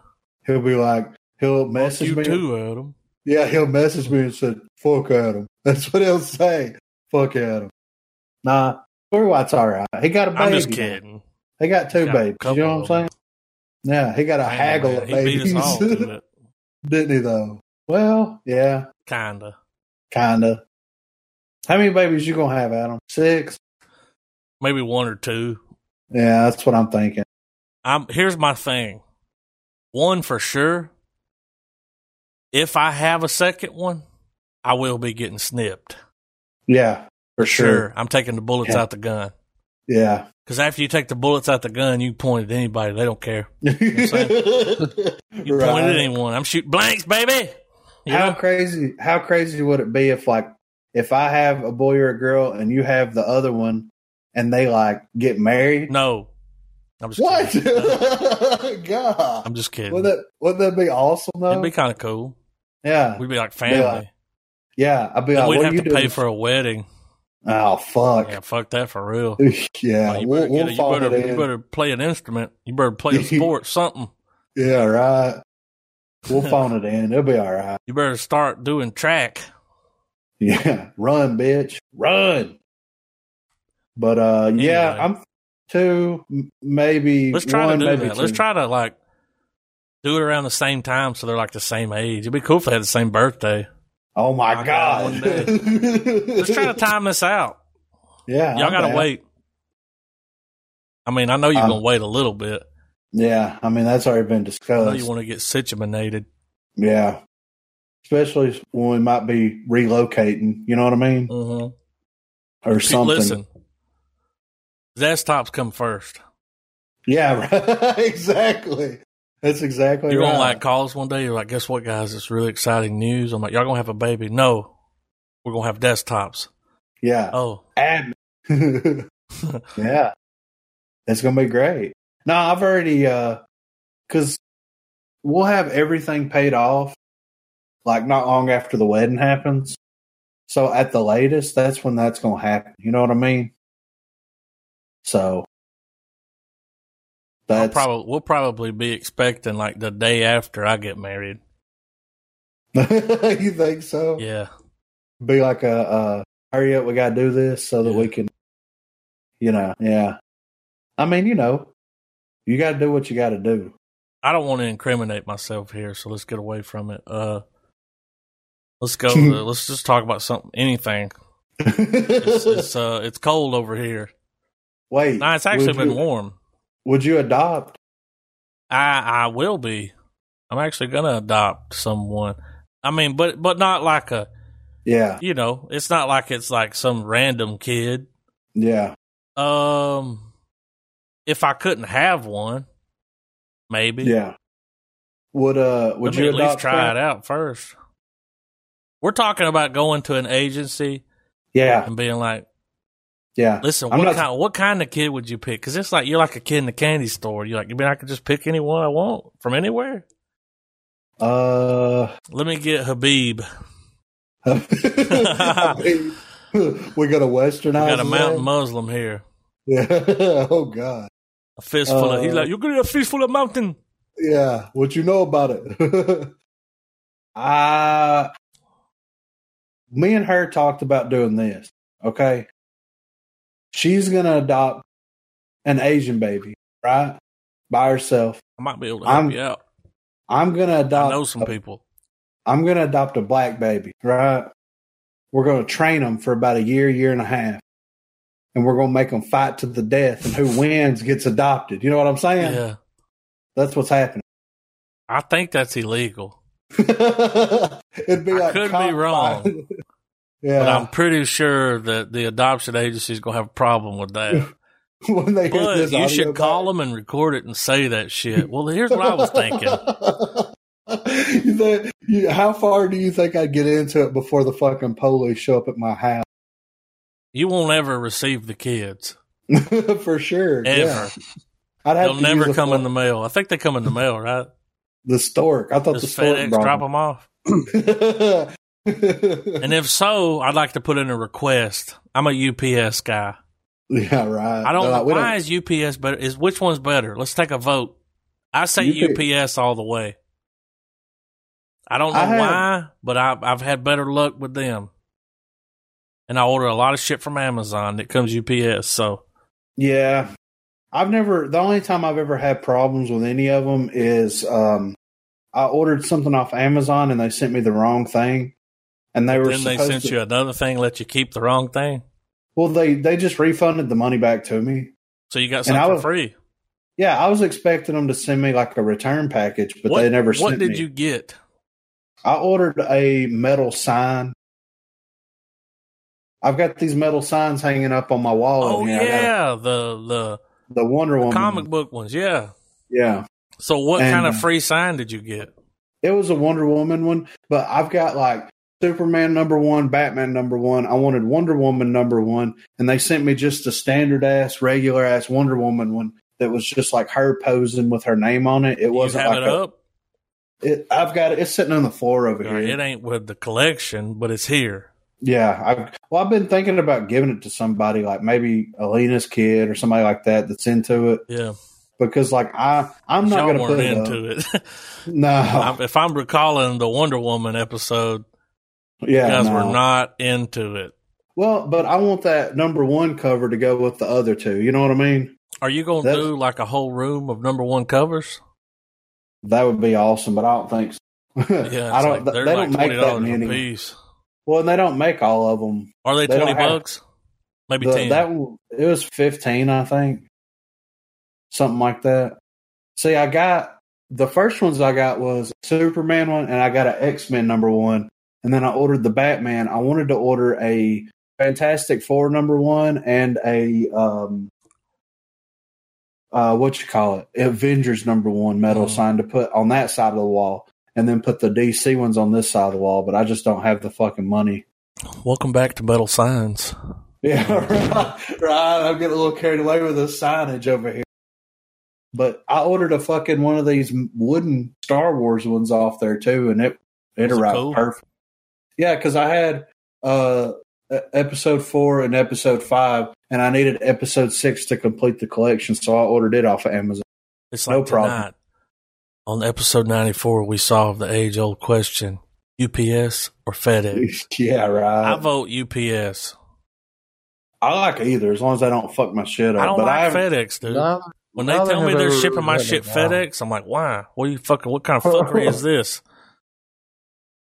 B: he'll be like, he'll
A: Fuck
B: message
A: you
B: me.
A: too, Adam.
B: Yeah, he'll message me and said, "Fuck Adam." That's what he'll say. Fuck Adam. Nah, Corey White's all right. He got a baby.
A: I'm just kidding.
B: He got two
A: Got a
B: babies. You
A: couple
B: know what I'm
A: of 'em.
B: saying? Yeah, he got a
A: Damn,
B: haggle
A: man,
B: of
A: He beat
B: babies,
A: us all to it.
B: didn't he? Though. Well, yeah.
A: Kinda.
B: Kinda. How many babies you gonna have, Adam? Six.
A: Maybe one or two.
B: Yeah, that's what I'm thinking.
A: I'm here's my thing. One for sure. If I have a second one, I will be getting snipped.
B: Yeah, for sure.
A: I'm taking the bullets
B: Yeah.
A: out the gun.
B: Yeah,
A: Because after you take the bullets out the gun, you can point at anybody. They don't care. You
B: you
A: point at anyone. I'm shooting blanks, baby. You
B: how
A: know?
B: crazy how crazy would it be if like if I have a boy or a girl and you have the other one and they like get married?
A: No. I'm just
B: What?
A: kidding. No,
B: God.
A: I'm just kidding.
B: Would that would that be awesome though?
A: It'd be kind of cool.
B: yeah.
A: We'd be like
B: Be
A: family.
B: like, yeah. I'd be
A: And
B: like,
A: we'd
B: what are
A: have
B: you
A: to pay
B: doing?
A: for a wedding.
B: oh fuck.
A: Yeah, fuck that for real.
B: Yeah.
A: Like, you, better,
B: we'll
A: get
B: we'll
A: it. you,
B: fall
A: better,
B: it
A: you
B: in.
A: better play an instrument. You better play a sport, something.
B: Yeah, right. We'll phone it in. It'll be all right.
A: You better start doing track.
B: Yeah. Run, bitch. Run. But uh yeah,
A: Anyway.
B: I'm two m- maybe
A: Let's try
B: one,
A: to do
B: maybe
A: that. Let's
B: two.
A: try to like do it around the same time so they're like the same age. It'd be cool if they had the same birthday.
B: Oh my
A: I got
B: god.
A: one day. Let's try to time this out.
B: yeah.
A: Y'all
B: I'm
A: gotta
B: down.
A: wait. I mean, I know you're
B: Um,
A: gonna wait a little bit.
B: Yeah, I mean that's already been
A: I know
B: discussed.
A: you want to get situated.
B: yeah. Especially when we might be relocating, you know what I mean?
A: Mm-hmm.
B: Or something.
A: Listen, desktops come first.
B: Yeah, right. exactly. That's exactly
A: You're
B: right.
A: gonna like call us one day. You're like, guess what, guys? It's really exciting news. I'm like, y'all gonna have a baby? No, we're gonna have desktops.
B: yeah.
A: Oh,
B: Admin. yeah. It's gonna be great. No, I've already uh cause we'll have everything paid off like not long after the wedding happens. So at the latest, that's when that's gonna happen. You know what I mean? So
A: I'll
B: that's
A: probably we'll probably be expecting like the day after I get married.
B: you think so?
A: Yeah,
B: Be like a uh hurry up, we gotta do this so that we
A: Yeah.
B: can you know, yeah. I mean, you know, you gotta do what you gotta do.
A: I don't want to incriminate myself here, so let's get away from it. Uh, let's go. uh, let's just talk about something, anything. It's, it's uh, it's cold over here.
B: Wait.
A: No, it's actually
B: would
A: been
B: you,
A: warm.
B: Would you adopt?
A: I I will be. I'm actually gonna adopt someone. I mean, but but not like a
B: Yeah.
A: you know, it's not like it's like some random kid.
B: Yeah.
A: Um, if I couldn't have one, maybe.
B: Yeah. Would uh would
A: Let me
B: you
A: at
B: adopt
A: least try
B: Frank?
A: it out first. We're talking about going to an agency
B: Yeah.
A: and being like,
B: Yeah.
A: "Listen,
B: I'm
A: what
B: not-
A: kind what kind of kid would you pick?" Because it's like you're like a kid in the candy store. You're like, "You mean I could just pick anyone I want from anywhere?"
B: Uh
A: Let me get Habib.
B: we got a western
A: We got a mountain Muslim here.
B: Yeah. Oh god.
A: A fistful. of, he's
B: Uh,
A: like, "You're gonna get a fistful of mountain."
B: Yeah. What you know about it? uh me and her talked about doing this. Okay. She's gonna adopt an Asian baby, right? By herself.
A: I might be able to help
B: I'm-
A: you out.
B: I'm gonna
A: I
B: adopt.
A: know some people.
B: I'm gonna adopt a black baby, right? We're gonna train them for about a year, year and a half, and we're gonna make them fight to the death, and who wins gets adopted. You know what I'm saying?
A: Yeah,
B: That's what's happening.
A: I think that's illegal,
B: It'd be
A: I
B: like
A: could be
B: cock
A: wrong,
B: fighting.
A: but I'm
B: yeah,
A: pretty sure that the adoption agency is gonna have a problem with that.
B: when they hear
A: But
B: this
A: you should call
B: them.
A: them and record it and say that shit. Well, here's what I was thinking.
B: you think, you, how far do you think I'd get into it before the fucking police show up at my house?
A: You won't ever receive the kids
B: for sure.
A: ever.
B: Yeah. I'd have
A: They'll
B: to use
A: never
B: a
A: come
B: fuck-
A: in the mail. I think they come in the mail, right?
B: The stork. I thought
A: Does
B: the stork
A: FedEx drop them off?
B: brought them.
A: And if so, I'd like to put in a request. I'm a UPS guy.
B: yeah, right.
A: I don't know
B: They're like, Uh, we
A: why is UPS better. Is which one's better? Let's take a vote. I say
B: You pick.
A: UPS all the way. I don't know
B: I have-
A: why, but I, I've had better luck with them. And I order a lot of shit from Amazon that comes UPS. So
B: Yeah, I've never. The only time I've ever had problems with any of them is um, I ordered something off Amazon and they sent me the wrong thing, and they were
A: then they
B: supposed
A: sent
B: to-
A: you another thing, let you keep the wrong thing.
B: Well, they they just refunded the money back to me.
A: So you got
B: And I
A: something
B: was-
A: free.
B: Yeah, I was expecting them to send me like a return package, but
A: what,
B: they never sent
A: What did
B: me.
A: you get?
B: I ordered a metal sign I've got these metal signs hanging up on my wall.
A: Oh
B: in here. I got
A: yeah, the the
B: a- the Wonder Woman
A: comic book ones. Yeah.
B: Yeah,
A: So what
B: And,
A: kind of
B: uh,
A: free sign did you get?
B: it was a Wonder Woman one, but I've got like Superman number one, Batman number one. I wanted Wonder Woman number one, and they sent me just a standard ass, regular ass Wonder Woman one that was just like her posing with her name on it. It
A: You
B: wasn't
A: have
B: like
A: it
B: a,
A: up.
B: It, I've got it. It's sitting on the floor over
A: Or
B: here.
A: It ain't with the collection, but it's here.
B: Yeah, I've well, I've been thinking about giving it to somebody like maybe Alina's kid or somebody like that that's into it
A: Yeah,
B: because like I I'm not
A: y'all
B: gonna put
A: weren't
B: it up. Oh.
A: into it.
B: No,
A: I'm- if I'm recalling the Wonder Woman episode, you
B: yeah,
A: guys
B: no.
A: were not into it.
B: Well, but I want that number one cover to go with the other two. You know what I mean?
A: Are you gonna
B: That's-
A: do like a whole room of number one covers?
B: That would be awesome, but I don't think so.
A: Yeah,
B: I
A: it's Like,
B: don't. they
A: they're
B: don't
A: like
B: make that
A: a
B: many.
A: piece.
B: Well, and they don't make all of them.
A: Are they,
B: They don't
A: twenty
B: have-
A: bucks? Maybe
B: The-
A: ten.
B: that one- it was fifteen, I think, something like that. See, I got the first ones I got was Superman one, and I got an X Men number one, and then I ordered the Batman. I wanted to order a Fantastic Four number one and a um, uh, what you call it, Avengers number one metal
A: Mhm.
B: sign to put on that side of the wall. And then put the DC ones on this side of the wall, but I just don't have the fucking money.
A: Welcome back to Metal Signs.
B: Yeah, right, right. I'm getting a little carried away with the signage over here. But I ordered a fucking one of these wooden Star Wars ones off there too, and it it
A: Was it
B: arrived
A: cool?
B: perfect. Yeah, because I had uh e- episode four and episode five, and I needed episode six to complete the collection, so I ordered it off of Amazon.
A: It's like
B: No problem.
A: tonight on episode ninety four. We solved the age old question: UPS or FedEx.
B: yeah,
A: I
B: right.
A: vote UPS.
B: I like either as long as I don't fuck my shit up.
A: I don't
B: but I
A: like
B: haven't-
A: FedEx, dude.
C: Neither-
A: When they
C: neither
A: tell me
C: have
A: they're
C: ever
A: shipping my
C: written
A: shit
C: it down.
A: FedEx, I'm like, why? What are you fucking? What kind of fuckery is this?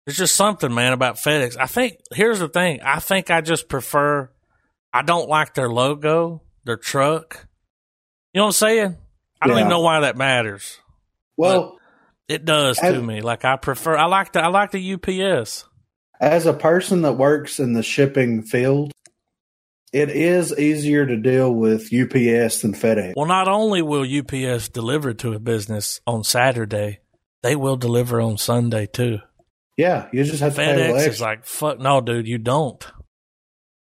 A: There's just something, man, about FedEx. I think here's the thing. I think I just prefer. I don't like their logo, their truck. You know what I'm saying? I don't
B: Yeah.
A: even know why that matters.
B: well.
A: It does
B: I-
A: to me. Like I prefer. I like the. I like the UPS.
B: as a person that works in the shipping field, it is easier to deal with UPS than FedEx.
A: Well, not only will UPS deliver to a business on Saturday, they will deliver on Sunday too.
B: Yeah, you just have to pay a little
A: FedEx is
B: extra.
A: like, fuck no, dude, you don't.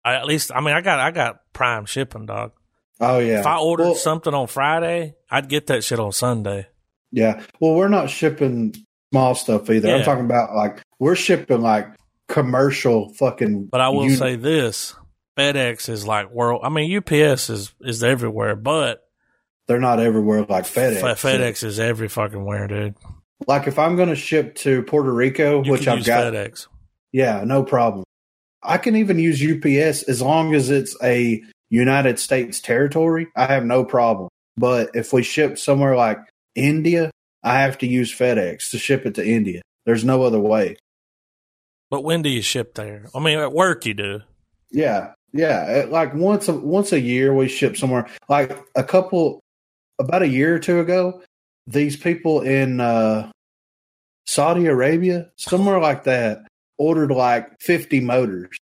A: I, at least, I mean, I got I got prime shipping, dog.
B: oh yeah.
A: If I ordered
B: well,
A: something on Friday, I'd get that shit on Sunday.
B: yeah. Well, we're not shipping small stuff either. I'm
A: Yeah.
B: talking about like we're shipping like commercial fucking.
A: But I will
B: uni-
A: say this: FedEx is like world. I mean, UPS is is everywhere, but
B: they're not everywhere like FedEx.
A: Fe- FedEx is every fucking where, dude.
B: Like if I'm going to ship to Puerto Rico,
A: You
B: which
A: can
B: I've
A: use
B: got,
A: FedEx.
B: Yeah, no problem. I can even use UPS as long as it's a United States territory. I have no problem. But if we ship somewhere like India, I have to use FedEx to ship it to India. There's no other way.
A: But when do you ship there? I mean, at work you do.
B: Yeah, yeah. It- Like once a, once a year, we ship somewhere. Like a couple, about a year or two ago, these people in uh, Saudi Arabia, somewhere like that, ordered like fifty motors,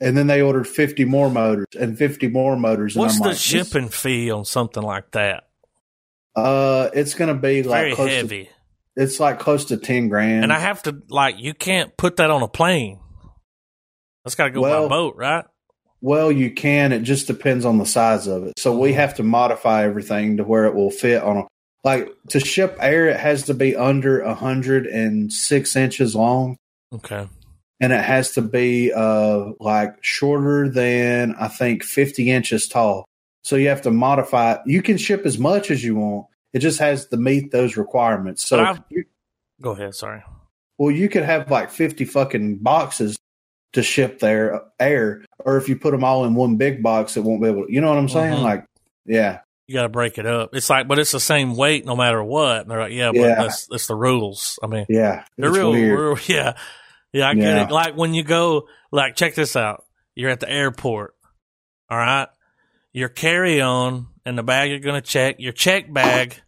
B: and then they ordered fifty more motors and fifty more motors. And
A: What's
B: I'm
A: the
B: like, this-
A: shipping fee on something like that?
B: Uh, it's gonna
A: Very
B: be like close To,
A: heavy,
B: it's like close to ten grand.
A: and I have to like you can't put that on a plane. That's got to go by
B: Well-
A: boat, right?
B: Well, you can. It just depends on the size of it. So we have to modify everything to where it will fit on a like to ship air. It has to be under hundred and six inches long,
A: Okay.
B: and it has to be uh like shorter than I think fifty inches tall. So you have to modify. it. You can ship as much as you want. It just has to meet those requirements.
A: But
B: So
A: I've-
B: you,
A: Go ahead. Sorry.
B: well, you could have like fifty fucking boxes to ship their air, or if you put them all in one big box, it won't be able. to, You know what I'm saying?
A: Mhm.
B: Like, yeah,
A: You got to break it up. It's like, but it's the same weight no matter what. And they're like, yeah, but
B: Yeah.
A: that's that's the rules. I mean,
B: yeah,
A: they're
B: it's
A: real,
B: weird.
A: real- Yeah, yeah, I get
B: Yeah.
A: it. Like when you go, like check this out. You're at the airport. All right, your carry on and the bag you're gonna check. Your check bag,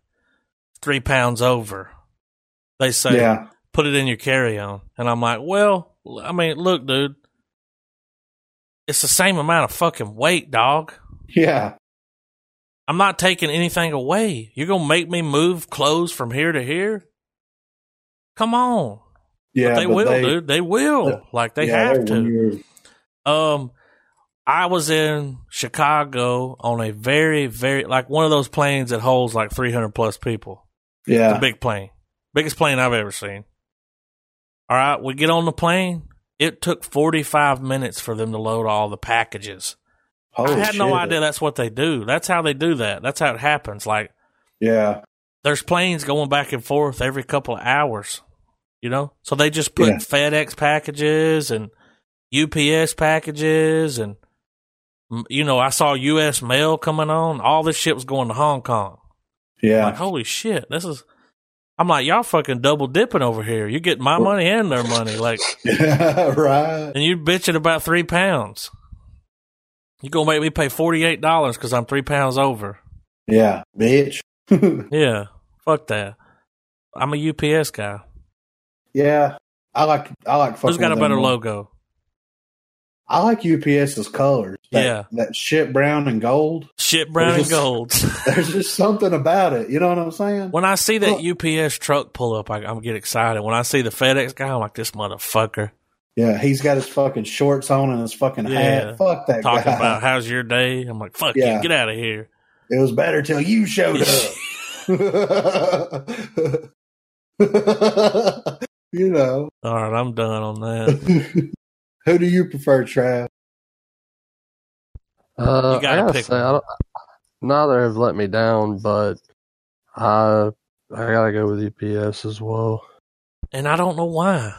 A: three pounds over. They say,
B: yeah,
A: put it in your carry on. And I'm like, well, I mean, look, dude, It's the same amount of fucking weight, dog.
B: Yeah.
A: I'm not taking anything away. You're gonna make me move clothes from here to here? Come on.
B: Yeah.
A: But they
B: but
A: will, dude. They will.
B: Yeah.
A: like they
B: yeah,
A: have to.
B: they're weird.
A: Um, I was in Chicago on a very, very like one of those planes that holds like 300 plus people. It's
B: Yeah.
A: a big plane, biggest plane I've ever seen. All right, we get on the plane. It took 45 minutes for them to load all the packages.
B: Holy
A: I had no
B: Oh, shit.
A: idea that's what they do. That's how they do that. That's how it happens. Like
B: Yeah.
A: there's planes going back and forth every couple of hours, you know? So they just put
B: Yeah.
A: FedEx packages and UPS packages and, mm, you know, I saw US mail coming on. All this shit was going to Hong Kong.
B: Yeah.
A: Like, holy shit, this is. I'm like, y'all fucking double dipping over here. You get my money and their money. Like,
B: Yeah. right.
A: and you bitching about three pounds. you going to make me pay $48 because I'm three pounds over.
B: Yeah. Bitch.
A: Yeah. Fuck that. I'm a UPS guy.
B: yeah. I like I like fucking
A: Who's got a
B: with
A: better
B: them.
A: logo?
B: I like UPS's colors. That,
A: Yeah.
B: That shit brown and gold.
A: Shit, brown and
B: There's just-
A: gold.
B: There's just something about it. You know what I'm saying?
A: when I see that UPS truck pull up, I, I'm get excited. When I see the FedEx guy, I'm like, this motherfucker
B: Yeah, he's got his fucking shorts on and his fucking
A: Yeah.
B: hat. Fuck that
A: talking
B: guy.
A: about how's your day. I'm like, fuck
B: Yeah.
A: you, get out of here.
B: It was better till you showed up. you know.
A: All right, I'm done on that.
B: Who do you prefer, Trav?
C: Uh,
A: You gotta
C: I gotta
A: pick
C: say, I don't, neither have let me down, but I I gotta go with EPS as well.
A: And I don't know why.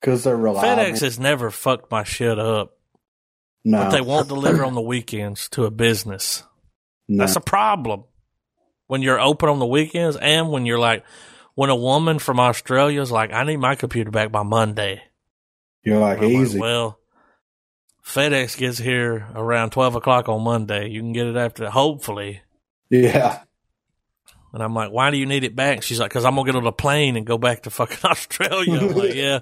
B: Because they're reliable.
A: FedEx has never fucked my shit up,
B: no,
A: but they won't deliver on the weekends to a business.
B: no.
A: That's a problem. When you're open on the weekends and when you're like, when a woman from Australia is like, I need my computer back by Monday.
B: You're like
A: I'm like,
B: easy.
A: well, FedEx gets here around twelve o'clock on Monday. You can get it after, hopefully.
B: yeah,
A: And I'm like, why do you need it back? She's like, because I'm gonna get on a plane and go back to fucking Australia. I'm like, yeah.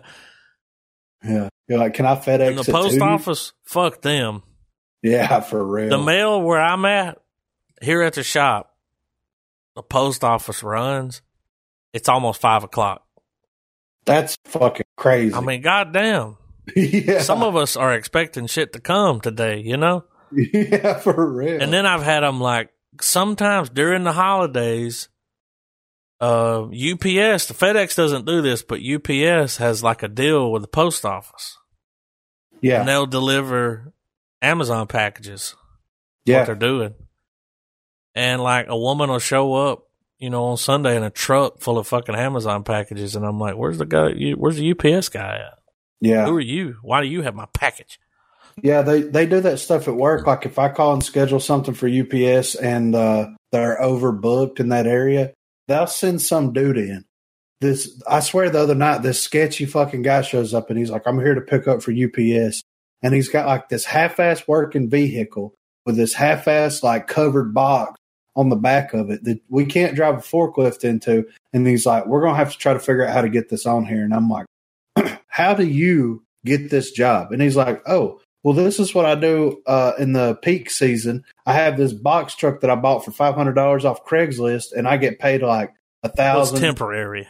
B: yeah. You're like, can I FedEx
A: And the
B: it to
A: post
B: you?
A: office, fuck them.
B: Yeah, for real.
A: The mail where I'm at, here at the shop, the post office runs. It's almost five o'clock.
B: That's fucking crazy.
A: I mean, goddamn.
B: yeah,
A: Some of us are expecting shit to come today, you know?
B: yeah, for real.
A: And then I've had them like sometimes during the holidays. Uh, UPS, the FedEx doesn't do this, but UPS has like a deal with the post office,
B: yeah,
A: and they'll deliver Amazon packages. is What
B: yeah,
A: they're doing, and like a woman will show up, you know, on Sunday in a truck full of fucking Amazon packages, and I'm like, "Where's the guy? you- Where's the UPS guy at?
B: yeah,
A: Who are you? Why do you have my package?"
B: yeah. They they do that stuff at work. Like if I call and schedule something for UPS and uh, they're overbooked in that area, they'll send some dude in. This I swear the other night, this sketchy fucking guy shows up and he's like, "I'm here to pick up for UPS," and he's got like this half-ass working vehicle with this half-ass like covered box on the back of it that we can't drive a forklift into. And he's like, "We're gonna have to try to figure out how to get this on here," and I'm like. how do you get this job? And he's like, oh, well, this is what I do uh, in the peak season. I have this box truck that I bought for five hundred dollars off Craigslist, and I get paid like a
A: Well, it's
B: thousand.
A: temporary.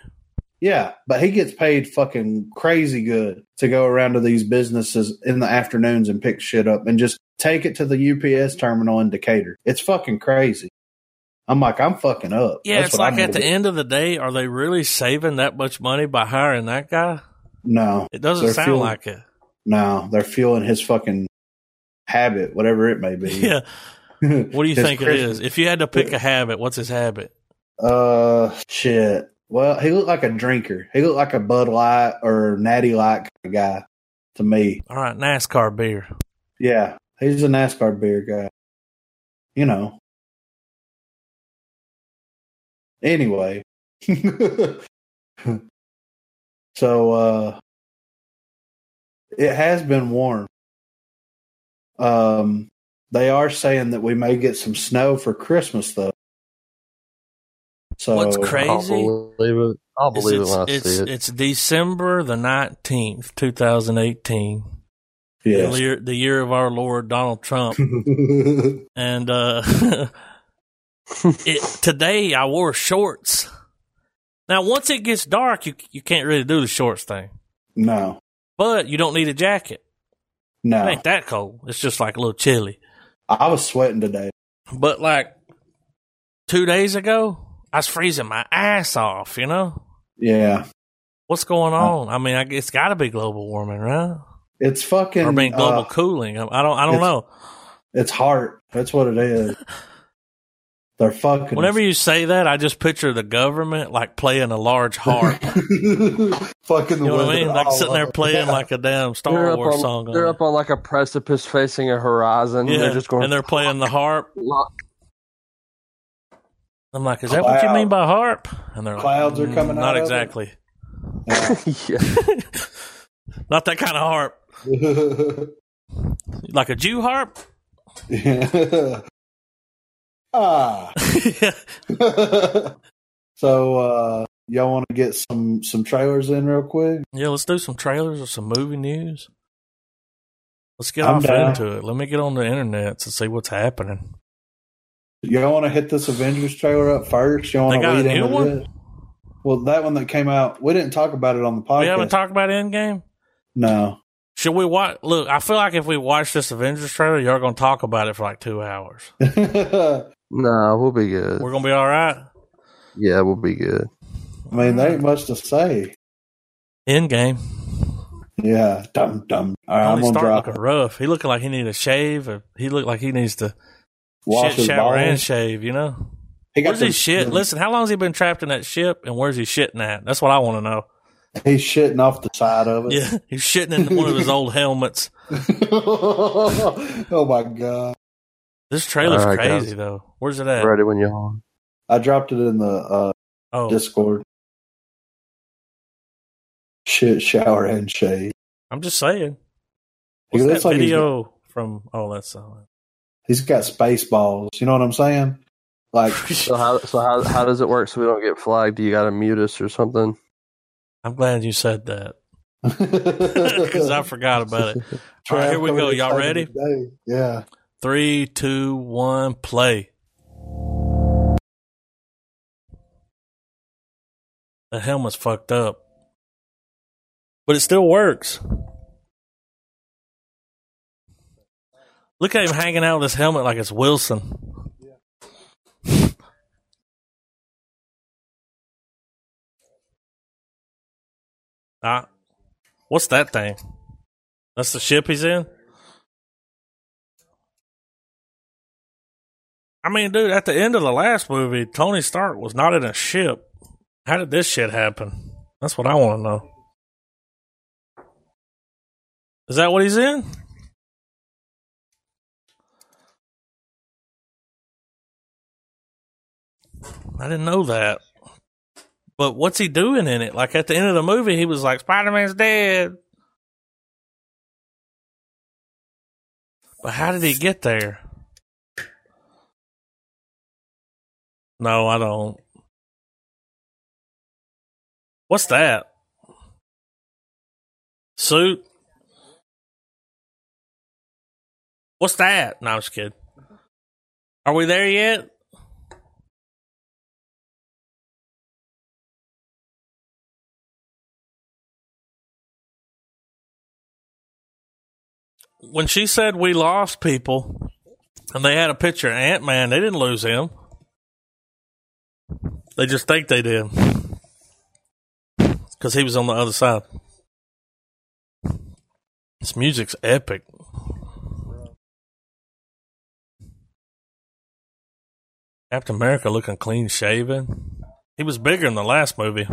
B: yeah, but he gets paid fucking crazy good to go around to these businesses in the afternoons and pick shit up and just take it to the UPS terminal in Decatur. It's fucking crazy. I'm like, I'm fucking up.
A: Yeah,
B: That's
A: it's
B: what I
A: like at
B: need
A: the
B: to do.
A: end of the day, are they really saving that much money by hiring that guy?
B: No,
A: It doesn't
B: They're
A: sound
B: fueling-
A: like it.
B: no, they're fueling his fucking habit, whatever it may be.
A: Yeah. What do you
B: His
A: think it
B: Christmas-
A: is? If you had to pick a habit, what's his habit?
B: Uh, shit. Well, he looked like a drinker. He looked like a Bud Light or Natty Light kind of guy to me.
A: All right, NASCAR beer.
B: Yeah, he's a NASCAR beer guy. You know. Anyway. so uh it has been warm. Um they are saying that we may get some snow for Christmas though. So
A: What's cra-
C: I'll
A: Crazy.
C: believe it. I'll
A: It's,
C: believe it when I
A: it's,
C: see it.
A: it's December the 19th, 2018. the,
B: Yes.
A: year, the year of our Lord Donald Trump. and uh, it, today I wore shorts. Now, once it gets dark, you you can't really do the shorts thing,
B: no.
A: but you don't need a jacket. It
B: No.
A: ain't that cold. It's just like a little chilly.
B: I was sweating today.
A: But like two days ago, I was freezing my ass off. You know
B: Yeah.
A: what's going on? I mean, I, it's got to be global warming, right?
B: It's fucking
A: Or I mean, global
B: uh,
A: cooling. I I don't. I don't
B: it's-
A: know.
B: it's heart. That's what it is. They're fucking
A: Whenever you say that, I just picture the government like playing a large harp.
B: fucking the
A: You know what I
B: weather
A: mean? Like
B: all
A: sitting there
B: up.
A: playing
B: Yeah.
A: like a damn
C: they're
A: Star
C: up
A: Wars
C: on,
A: song.
C: They're
A: on
C: up on like a precipice facing a horizon.
A: it. yeah.
C: And they're just going.
A: and they're playing the harp. I'm like, is that what you
B: Cloud.
A: mean by harp? And they're like,
B: Clouds are
A: "Mm,
B: coming
A: Not
B: out of it."
A: exactly.
C: yeah.
A: Not that kind of harp. Like a Jew harp.
B: yeah. ah.
A: yeah.
B: so uh y'all want to get some some trailers in real quick?
A: Yeah. Let's do some trailers or some movie news. Let's get
B: I'm
A: off
B: down.
A: into it. Let me get on the internet to see what's happening.
B: Y'all want to hit this Avengers trailer up first? Y'all
A: They
B: want to
A: got a
B: lead
A: new
B: into
A: one?
B: this? Well, that one that came out, we didn't talk about it on the podcast.
A: We haven't talked about Endgame.
B: no,
A: Should we watch? Look, I feel like if we watch this Avengers trailer, y'all gonna talk about it for like two hours.
B: I
C: No, we'll be good.
A: We're gonna be all right.
C: Yeah, we'll be good.
B: mean, there
A: Mm.
B: ain't much to say.
A: End game.
B: Yeah, dum dum. All right, I'm
A: Tony
B: gonna
A: Stark
B: drop
A: looking
B: it.
A: rough. He looking like he needed a shave. Or he looked like he needs to
B: Wash
A: shit,
B: his
A: shower, and
B: balls.
A: shave. You know,
B: He
A: where's he
B: the-
A: shit? Listen, how long's he been trapped in that ship, and where's he shitting at? That's what I want to know.
B: He's shitting off the side of it.
A: Yeah, he's shitting in one of his old helmets.
B: oh my god!
A: This trailer's
C: All right,
A: crazy
C: guys.
A: though. Where's it at?
C: Ready when you're on.
B: I dropped it in the uh,
A: Oh,
B: Discord. Shit, shower and shade.
A: I'm just saying.
B: He
A: What's
B: looks
A: that
B: like he's-
A: video from? Oh, that's uh,
B: He's got space balls. You know what I'm saying? Like
C: So how so how how does it work so we don't get flagged? Do you got to mute us or something?
A: I'm glad you said that because I
B: because
A: forgot about it. All right, here we go. Y'all ready?
B: Yeah.
A: Three, two, one, play. The helmet's fucked up. But it still works. Look at him hanging out with his helmet like it's Wilson. Ah, what's that thing? That's the ship he's in? I mean, dude, at the end of the last movie, Tony Stark was not in a ship. How did this shit happen? That's what I want to know. Is that what he's in? I didn't know that. But what's he doing in it? Like at the end of the movie, he was like, Spider Man's dead. But how did he get there? No, I don't. What's that? Suit? What's that? No, I'm just kidding. Are we there yet? When she said we lost people and they had a picture of Ant Man, they didn't lose him. They just think they did. Because he was on the other side. This music's epic. Captain America looking clean shaven. He was bigger in the last movie.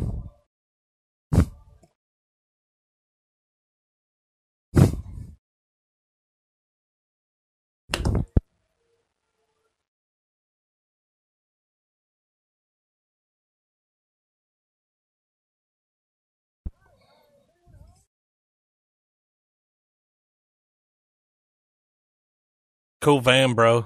A: Cool van, bro.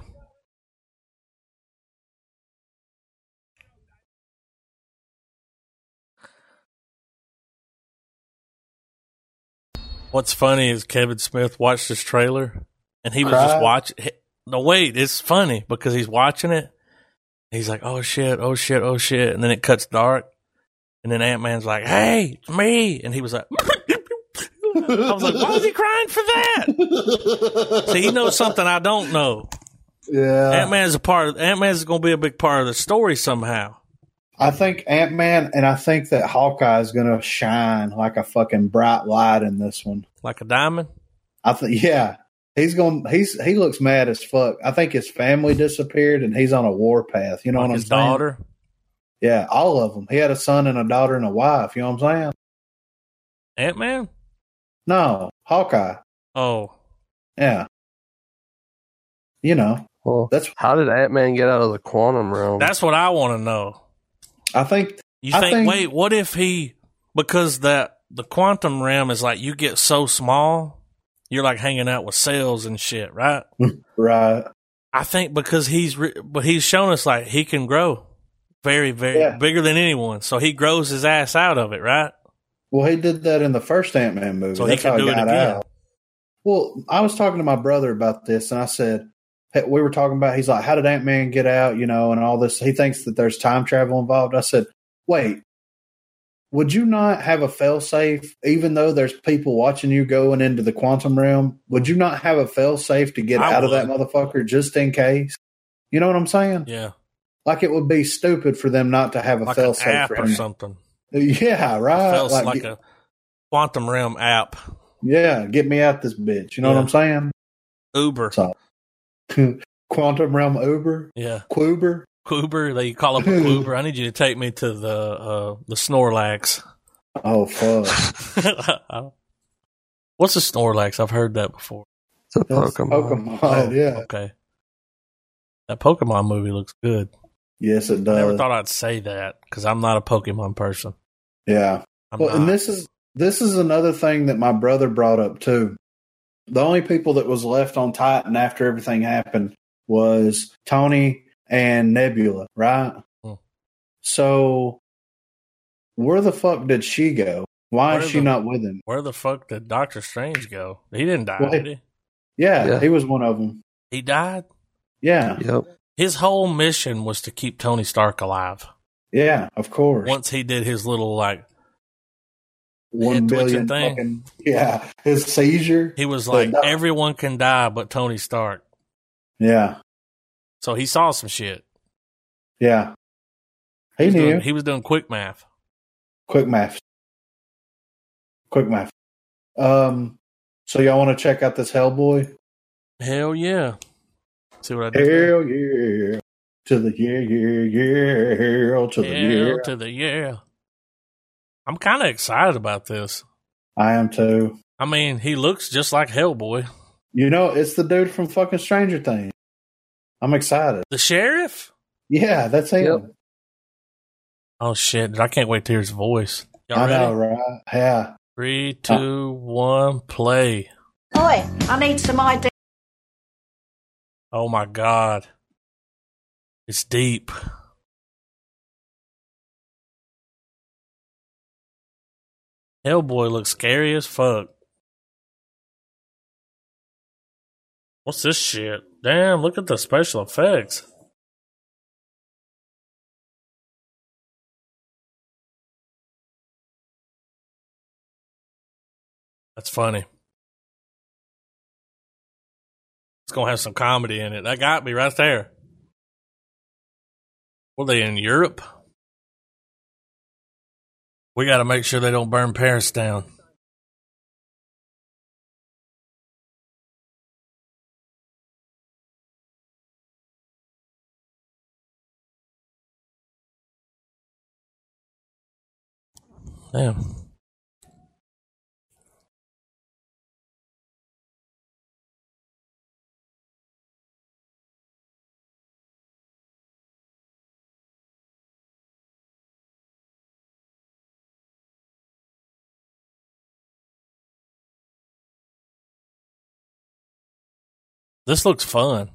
A: What's funny is Kevin Smith watched this trailer and he was
B: Cried?
A: just watching. No, wait, it's funny because he's watching it. He's like, oh shit, oh shit, oh shit. And then it cuts dark. And then Ant Man's like, hey, it's me. And he was like, I was like, why was he crying for that? See, he knows something I don't know.
B: Yeah.
A: Ant Man's a part of Ant Man's going to be a big part of the story somehow.
B: I think Ant Man and I think that Hawkeye is gonna shine like a fucking bright light in this one.
A: Like a diamond.
B: I think yeah. He's going he's he looks mad as fuck. I think his family disappeared and he's on a war path. You know
A: Like
B: what I'm
A: his
B: saying?
A: daughter.
B: Yeah, all of them. He had a son and a daughter and a wife, you know what I'm saying?
A: Ant Man?
B: No, Hawkeye.
A: Oh,
B: Yeah. You know.
C: Well,
B: That's
C: how did Ant Man get out of the quantum realm?
A: that's what I want to know.
B: I think
A: You
B: I
A: think,
B: think-
A: wait, what if he because that the quantum realm is like you get so small, you're like hanging out with cells and shit, right?
B: right.
A: I think because he's re- but he's shown us like he can grow very very
B: Yeah.
A: bigger than anyone. So he grows his ass out of it, right?
B: Well, he did that in the first Ant Man movie.
A: So he
B: That's
A: can
B: how
A: do
B: he
A: it
B: got
A: again.
B: out. Well, I was talking to my brother about this, and I said hey, we were talking about. He's like, "How did Ant Man get out?" You know, and all this. He thinks that there's time travel involved. I said, "Wait, would you not have a failsafe, even though there's people watching you going into the quantum realm? Would you not have a failsafe to get
A: I
B: out of
A: would.
B: that motherfucker just in case?" You know what I'm saying?
A: Yeah.
B: Like it would be stupid for them not to have a
A: Like an
B: failsafe
A: app
B: for
A: or
B: him.
A: something.
B: Yeah, right.
A: Felt like,
B: get-
A: a quantum realm app.
B: Yeah, get me out this bitch. You know
A: Yeah.
B: what I'm
A: Uber.
B: So- saying? Quantum Realm Uber,
A: yeah.
B: Quuber.
A: Uber, they call up an Uber. I need you to take me to the uh the Snorlax.
B: Oh fuck!
A: I don't- What's a Snorlax? I've heard that before. Oh,
C: It's a
B: That's
C: Pokemon.
B: Pokemon. Oh, Yeah.
A: Okay. That Pokemon movie looks good.
B: Yes, it
A: I never
B: does.
A: thought I'd say that because I'm not a Pokemon person.
B: yeah.
A: I'm
B: well,
A: not.
B: and this is this is another thing that my brother brought up too. The only people that was left on Titan after everything happened was Tony and Nebula, right?
A: Hmm.
B: So, where the fuck did she go? Why
A: Where
B: is she
A: the-
B: not with him?
A: Where the fuck did Doctor Strange go? He didn't die,
B: Well,
A: did he?
B: Yeah,
C: Yeah.
B: he was one of them.
A: He died.
B: Yeah,
C: Yep.
A: His whole mission was to keep Tony Stark alive.
B: yeah, of course.
A: Once he did his little like,
B: one
A: Head
B: billion
A: twitching thing.
B: fucking yeah his seizure
A: he was like,
B: no.
A: everyone can die but Tony Stark.
B: yeah
A: So he saw some shit.
B: yeah he
A: was
B: knew
A: doing, he was doing quick math.
B: quick math quick math um so y'all want to check out this hellboy
A: Hell yeah. See what I did? there?
B: hell yeah to the yeah yeah yeah to the yeah
A: Hell to the yeah. I'm kind of excited about this.
B: i am too
A: I mean, he looks just like Hellboy.
B: you know it's the dude from fucking stranger things i'm excited
A: The sheriff?
B: yeah that's him
C: Yep.
A: Oh shit, dude, I can't wait to hear his voice. Y'all
B: i
A: ready?
B: know right yeah
A: Three, two, one, play.
D: Oi, I need some ID.
A: Oh my god. It's deep. Hellboy looks scary as fuck. What's this shit? Damn, look at the special effects. That's funny. It's gonna have some comedy in it. That got me right there. Were they in Europe? We got to make sure they don't burn Paris down. Damn. This looks fun.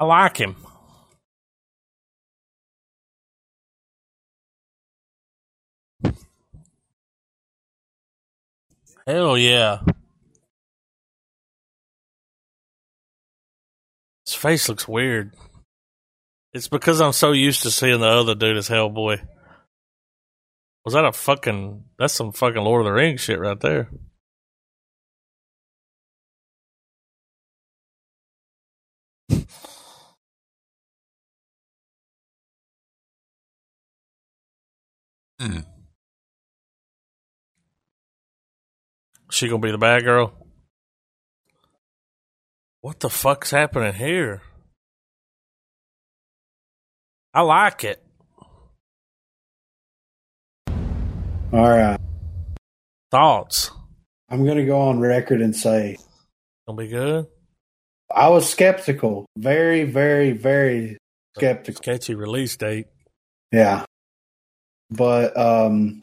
A: I like him. Hell yeah. His face looks weird. It's because I'm so used to seeing the other dude as Hellboy. Was that a fucking. That's some fucking Lord of the Rings shit right there.
E: Hmm.
A: She gonna be the bad girl. What the fuck's happening here? I like it.
B: All right.
A: Thoughts?
B: I'm going to go on record and say
A: Gonna be good.
B: I was skeptical. Very, very, very skeptical.
A: Sketchy release date.
B: Yeah. But um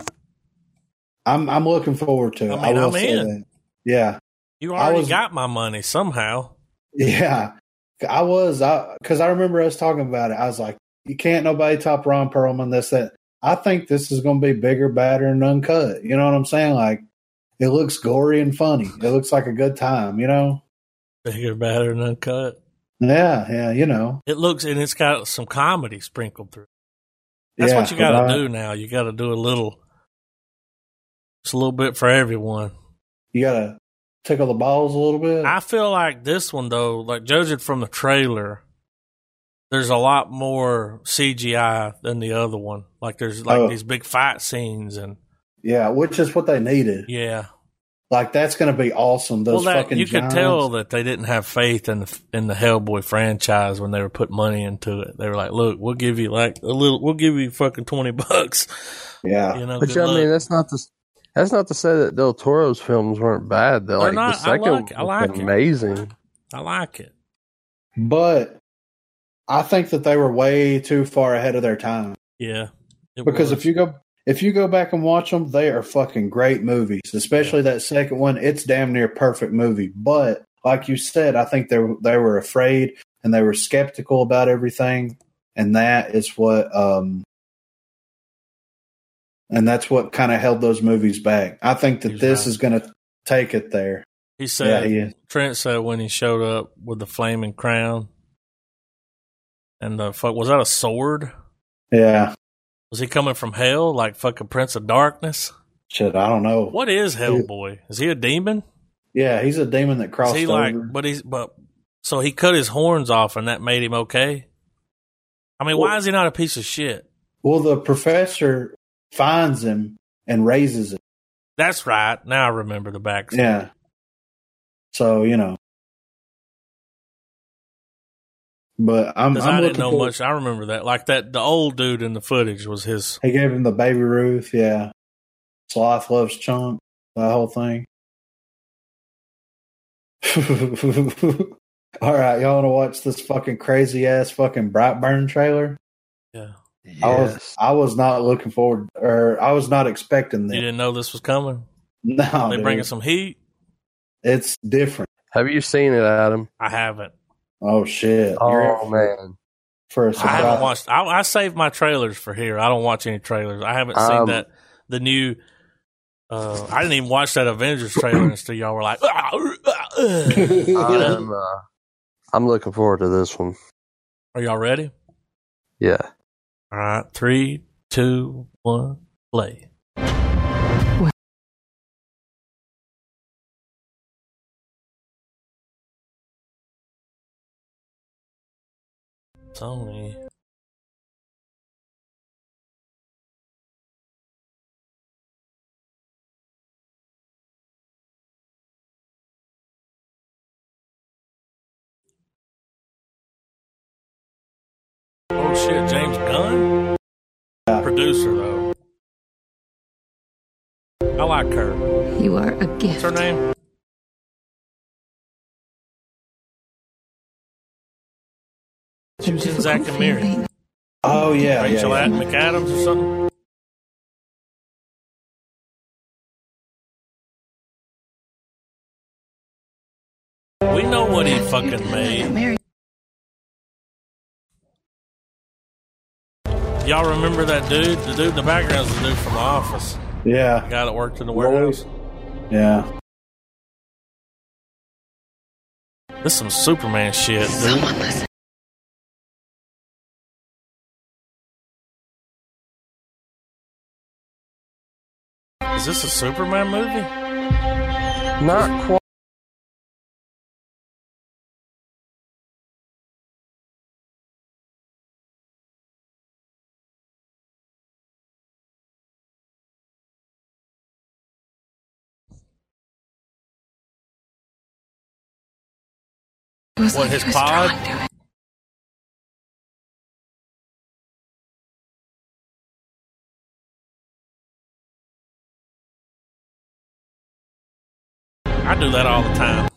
B: I'm I'm looking forward to it.
A: I mean,
B: will
A: I'm
B: say
A: in.
B: that. Yeah.
A: You
B: I
A: already
B: was-
A: got my money somehow.
B: Yeah, I was, I because I remember us talking about it. I was like, you can't nobody top Ron Perlman. This that. I think this is going to be bigger, badder, and uncut. You know what I'm saying? Like, it looks gory and funny. It looks like a good time. You know?
A: Bigger, better, and uncut.
B: Yeah, yeah. You know.
A: It looks and it's got some comedy sprinkled through. That's
B: Yeah,
A: what you gotta
B: but I-
A: do now. You gotta do a little. It's a little bit for everyone.
B: You gotta tickle the balls a little bit.
A: I feel like this one though, like judging from the trailer, there's a lot more CGI than the other one. Like there's like
B: Oh.
A: these big fight scenes and
B: yeah, which is what they needed.
A: yeah.
B: Like, that's going to be awesome. Those
A: well, that,
B: fucking
A: you
B: giants.
A: could tell that they didn't have faith in the, in the Hellboy franchise when they were putting money into it. They were like, "Look, we'll give you like a little, we'll give you fucking twenty bucks."
B: Yeah,
A: You know,
C: But
A: good
C: yeah, I mean,
A: luck.
C: that's not the that's not to say that Del Toro's films weren't bad. They're
A: They're
C: like
A: not.
C: the
A: I
C: second
A: like- I
C: one
A: like
C: was
A: it.
C: amazing.
A: I like it.
B: but I think that they were way too far ahead of their time.
A: Yeah, It
B: because
A: was.
B: if you go if you go back and watch them they are fucking great movies especially that second one it's damn near perfect movie but like you said i think they were- they were afraid and they were skeptical about everything and that is what um and that's what kind of held those movies back i think that
A: He's
B: this
A: right.
B: is going to take it there
A: he
B: yeah
A: said,
B: he is
A: Trent said when he showed up with the flaming crown, and the fuck was that a sword?
B: yeah
A: Was he coming from hell, like fucking Prince of Darkness?
B: shit i don't know
A: What is Hellboy? Is he a demon?
B: yeah he's a demon that
A: Is
B: crossed
A: he
B: over
A: like? But he's but. So he cut his horns off, and that made him okay. I mean, why
B: Well-
A: is he not a piece of shit?
B: well the professor finds him and raises him
A: That's right. Now I remember the backstory.
B: Yeah. So you know, but I'm,
A: Because I
B: I'm
A: didn't
B: looking
A: know
B: for.
A: much. I remember that. Like that, the old dude in the footage was his.
B: He gave him the baby Ruth. Yeah, sloth loves chump. That whole thing. All right, y'all want to watch this fucking crazy ass fucking Brightburn trailer?
A: Yeah.
B: I was
C: Yes.
B: I was not looking forward, or I was not expecting
A: You
B: that.
A: didn't know this was coming.
B: No,
A: they
B: Oh, dude.
A: bringing some heat.
B: it's different.
C: Have you seen it, Adam?
A: I haven't.
B: Oh shit! You're
C: Oh
B: in
C: man,
B: for a
A: I
B: surprise.
A: haven't watched. I, I save my trailers for here. I don't watch any trailers. I haven't seen
C: Um,
A: that. The new. Uh, I didn't even watch that Avengers trailer until y'all were like, "Ah, ah, ah."
C: I'm uh, I'm looking forward to this one.
A: "Are y'all ready?"
C: Yeah.
A: All right, three, two, one, play. Tony. Oh shit, James Gunn?
B: Yeah.
A: Producer though. I like her.
F: You are a
A: What's
F: gift.
A: her name? She was in Zack and Miri.
B: Oh yeah, yeah,
A: Rachel
B: yeah.
A: Atten McAdams or something? We know what he fucking made.
F: Mary.
A: Y'all remember that dude? The dude in the background's the dude from the office.
B: Yeah.
A: The guy that worked in the warehouse.
B: Yeah.
A: This is some Superman shit, dude. Is this a Superman movie?
C: Not quite.
A: What, his pod? I do that all the time.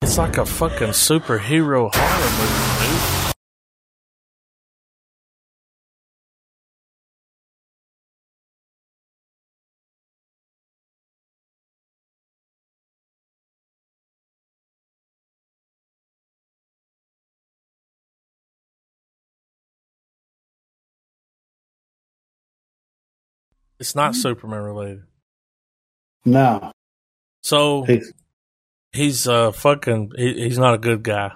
A: It's like a fucking superhero horror movie, dude. It's not Superman related.
B: No.
A: So
B: He's
A: he's uh fucking he, he's not a good guy.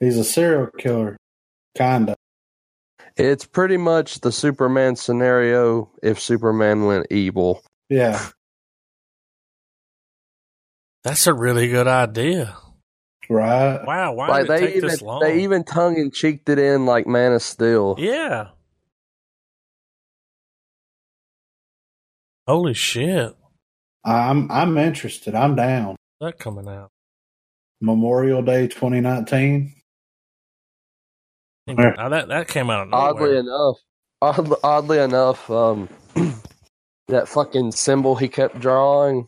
B: he's a serial killer. Kinda.
C: It's pretty much the Superman scenario if Superman went evil.
B: Yeah.
A: That's a really good idea.
B: Right.
A: Wow, why did
C: like
A: it
C: they
A: take
C: even
A: this long?
C: they even tongue and cheeked it in like Man of Steel.
A: yeah. Holy shit.
B: I'm I'm interested. I'm down.
A: That coming out.
B: Memorial Day 2019. Yeah.
A: Now that that came out of nowhere.
C: Oddly enough, oddly, oddly enough, um, that fucking symbol he kept drawing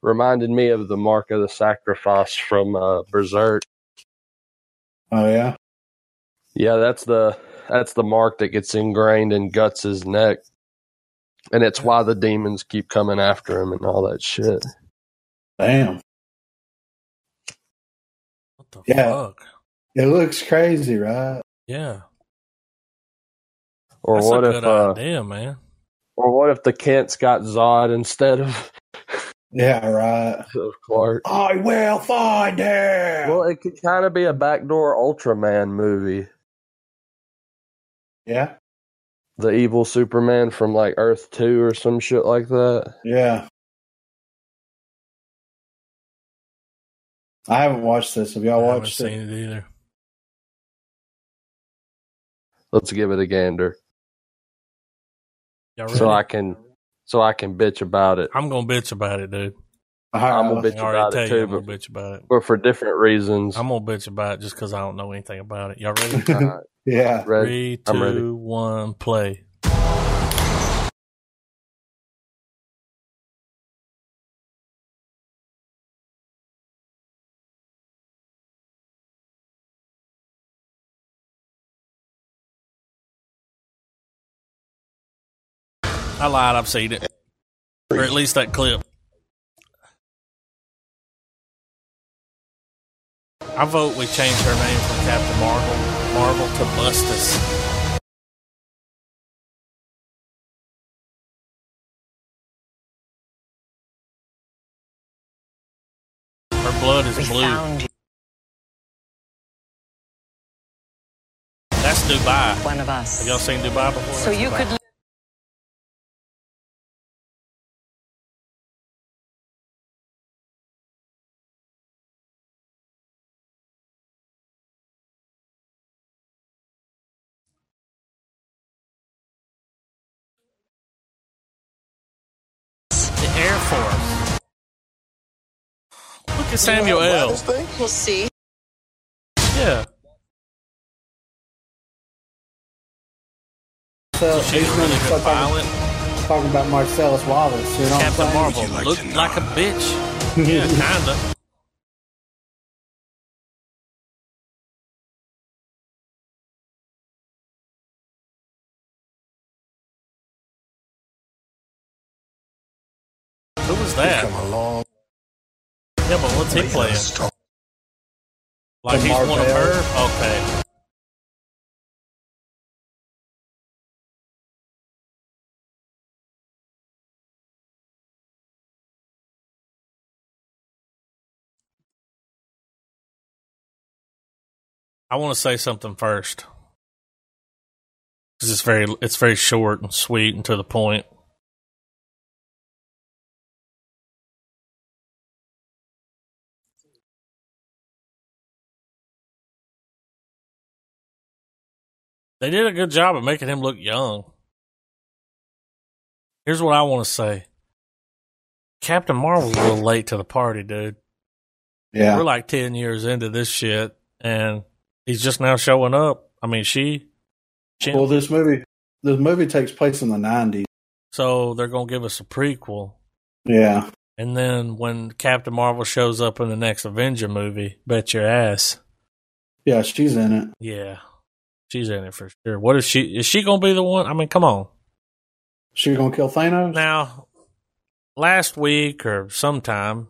C: reminded me of the mark of the sacrifice from uh, Berserk.
B: Oh yeah.
C: Yeah, that's the that's the mark that gets ingrained in Guts's neck, and it's why the demons keep coming after him and all that shit.
B: Damn.
A: what the
B: Yeah.
A: fuck?
B: It looks crazy, right?
A: Yeah.
C: Or
A: That's
C: what
A: a
C: if
A: good
C: uh,
A: idea, man.
C: or what if the Kents got Zod instead of,
B: Yeah, right.
C: of Clark?
B: I will find him.
C: Well, it could kind of be a backdoor Ultraman movie.
B: yeah.
C: the evil Superman from like Earth Two or some shit like that.
B: Yeah. I haven't watched this. Have y'all
A: I haven't
B: watched
A: seen
B: it?
A: it either.
C: Let's give it a gander,
A: Y'all
C: so I
A: ready?
C: can so I can bitch about it.
A: I'm gonna bitch about it, dude.
B: All
C: I'm a
B: right.
A: I
C: bitch
A: already
C: about
A: tell
C: it
A: you
C: too,
A: I'm gonna
C: but,
A: bitch about it.
C: but for different reasons.
A: I'm gonna bitch about it just because I don't know anything about it. Y'all ready?
C: All right,
B: Yeah.
C: Red.
A: Three,
C: I'm ready.
A: two, one, play. I lied. I've seen it, or at least that clip. I vote we change her name from Captain Marvel, Marvel to Bustus. Her blood is blue.
F: found
A: That's Dubai.
F: one of us.
A: Have y'all seen Dubai before?
F: So
A: That's
F: you
A: Dubai.
F: could
A: The Air Force. Look at Samuel L.
F: We'll see.
A: Yeah.
B: So
A: She's
B: he's
A: really
B: gonna
A: good
B: start talking,
A: pilot.
B: talking about Marcellus Wallace. You know what
A: Captain
B: I'm
A: Marvel looked like a bitch. Yeah, kinda. that? Yeah, but what's he playing? Like he's one of
B: Marvel.
A: her? Okay. I want to say something first. 'Cause it's very it's very short and sweet and to the point. They did a good job of making him look young. Here's what I want to say. Captain Marvel's a little late to the party, dude.
B: Yeah.
A: We're like 10 years into this shit and he's just now showing up. I mean, she Chin-
B: Well, this movie, this movie takes place in the '90s.
A: so they're going to give us a prequel.
B: Yeah.
A: And then when Captain Marvel shows up in the next Avenger movie, bet your ass.
B: Yeah, she's in it.
A: Yeah. She's in it for sure. What is she is she going to be the one? I mean, come on.
B: She gonna kill Thanos?
A: Now, last week or sometime,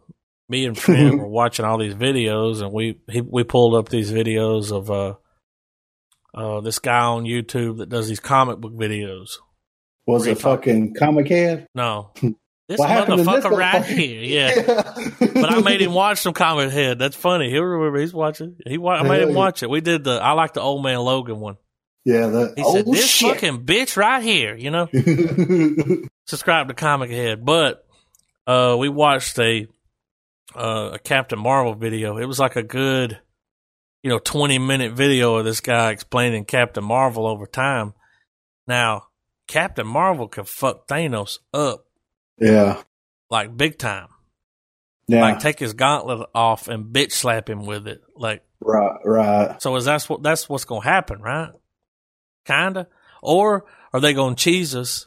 A: me and Fred were watching all these videos, and we he, we pulled up these videos of uh, uh, this guy on YouTube that does these comic book videos.
B: Was it fucking Comic Head?
A: No, this
B: What happened to this
A: motherfucker right
B: motherfucker?
A: here, yeah. But I made him watch some comic head. That's funny. He'll remember. He's watching. He wa- I made
B: Hell
A: him
B: yeah.
A: watch it. We did the. I like the old man Logan one.
B: Yeah. That,
A: He
B: oh
A: said, "This
B: shit.
A: fucking bitch right here," you know. subscribe to Comic Head, but uh, we watched a uh, a Captain Marvel video. It was like a good, you know, twenty minute video of this guy explaining Captain Marvel over time. Now, Captain Marvel could fuck Thanos up
B: yeah.
A: like big time.
B: Yeah.
A: Like take his gauntlet off and bitch slap him with it. Like
B: right. Right.
A: so is that's what that's what's gonna happen, right? Kinda. Or are they gonna cheese us?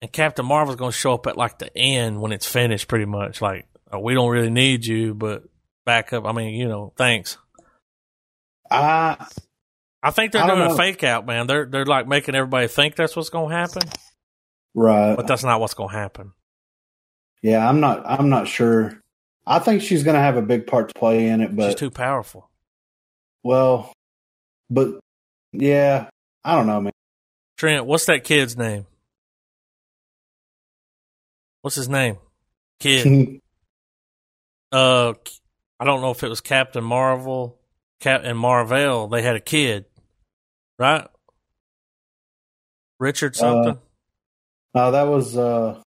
A: And Captain Marvel's gonna show up at like the end when it's finished, pretty much. Like oh, we don't really need you, but back up. I mean, you know, thanks.
B: I
A: I think they're
B: I don't
A: doing a
B: know.
A: fake out, man. They're they're like making everybody think that's what's gonna happen,
B: right.
A: but that's not what's gonna happen.
B: Yeah, I'm not. I'm not sure. I think she's going to have a big part to play in it,
A: She's
B: but
A: too powerful.
B: well, but yeah, I don't know, man.
A: Trent, what's that kid's name? What's his name? Kid. uh I don't know if it was Captain Marvel, Captain Marvel, they had a kid. Right? Richard something.
B: No, that was uh,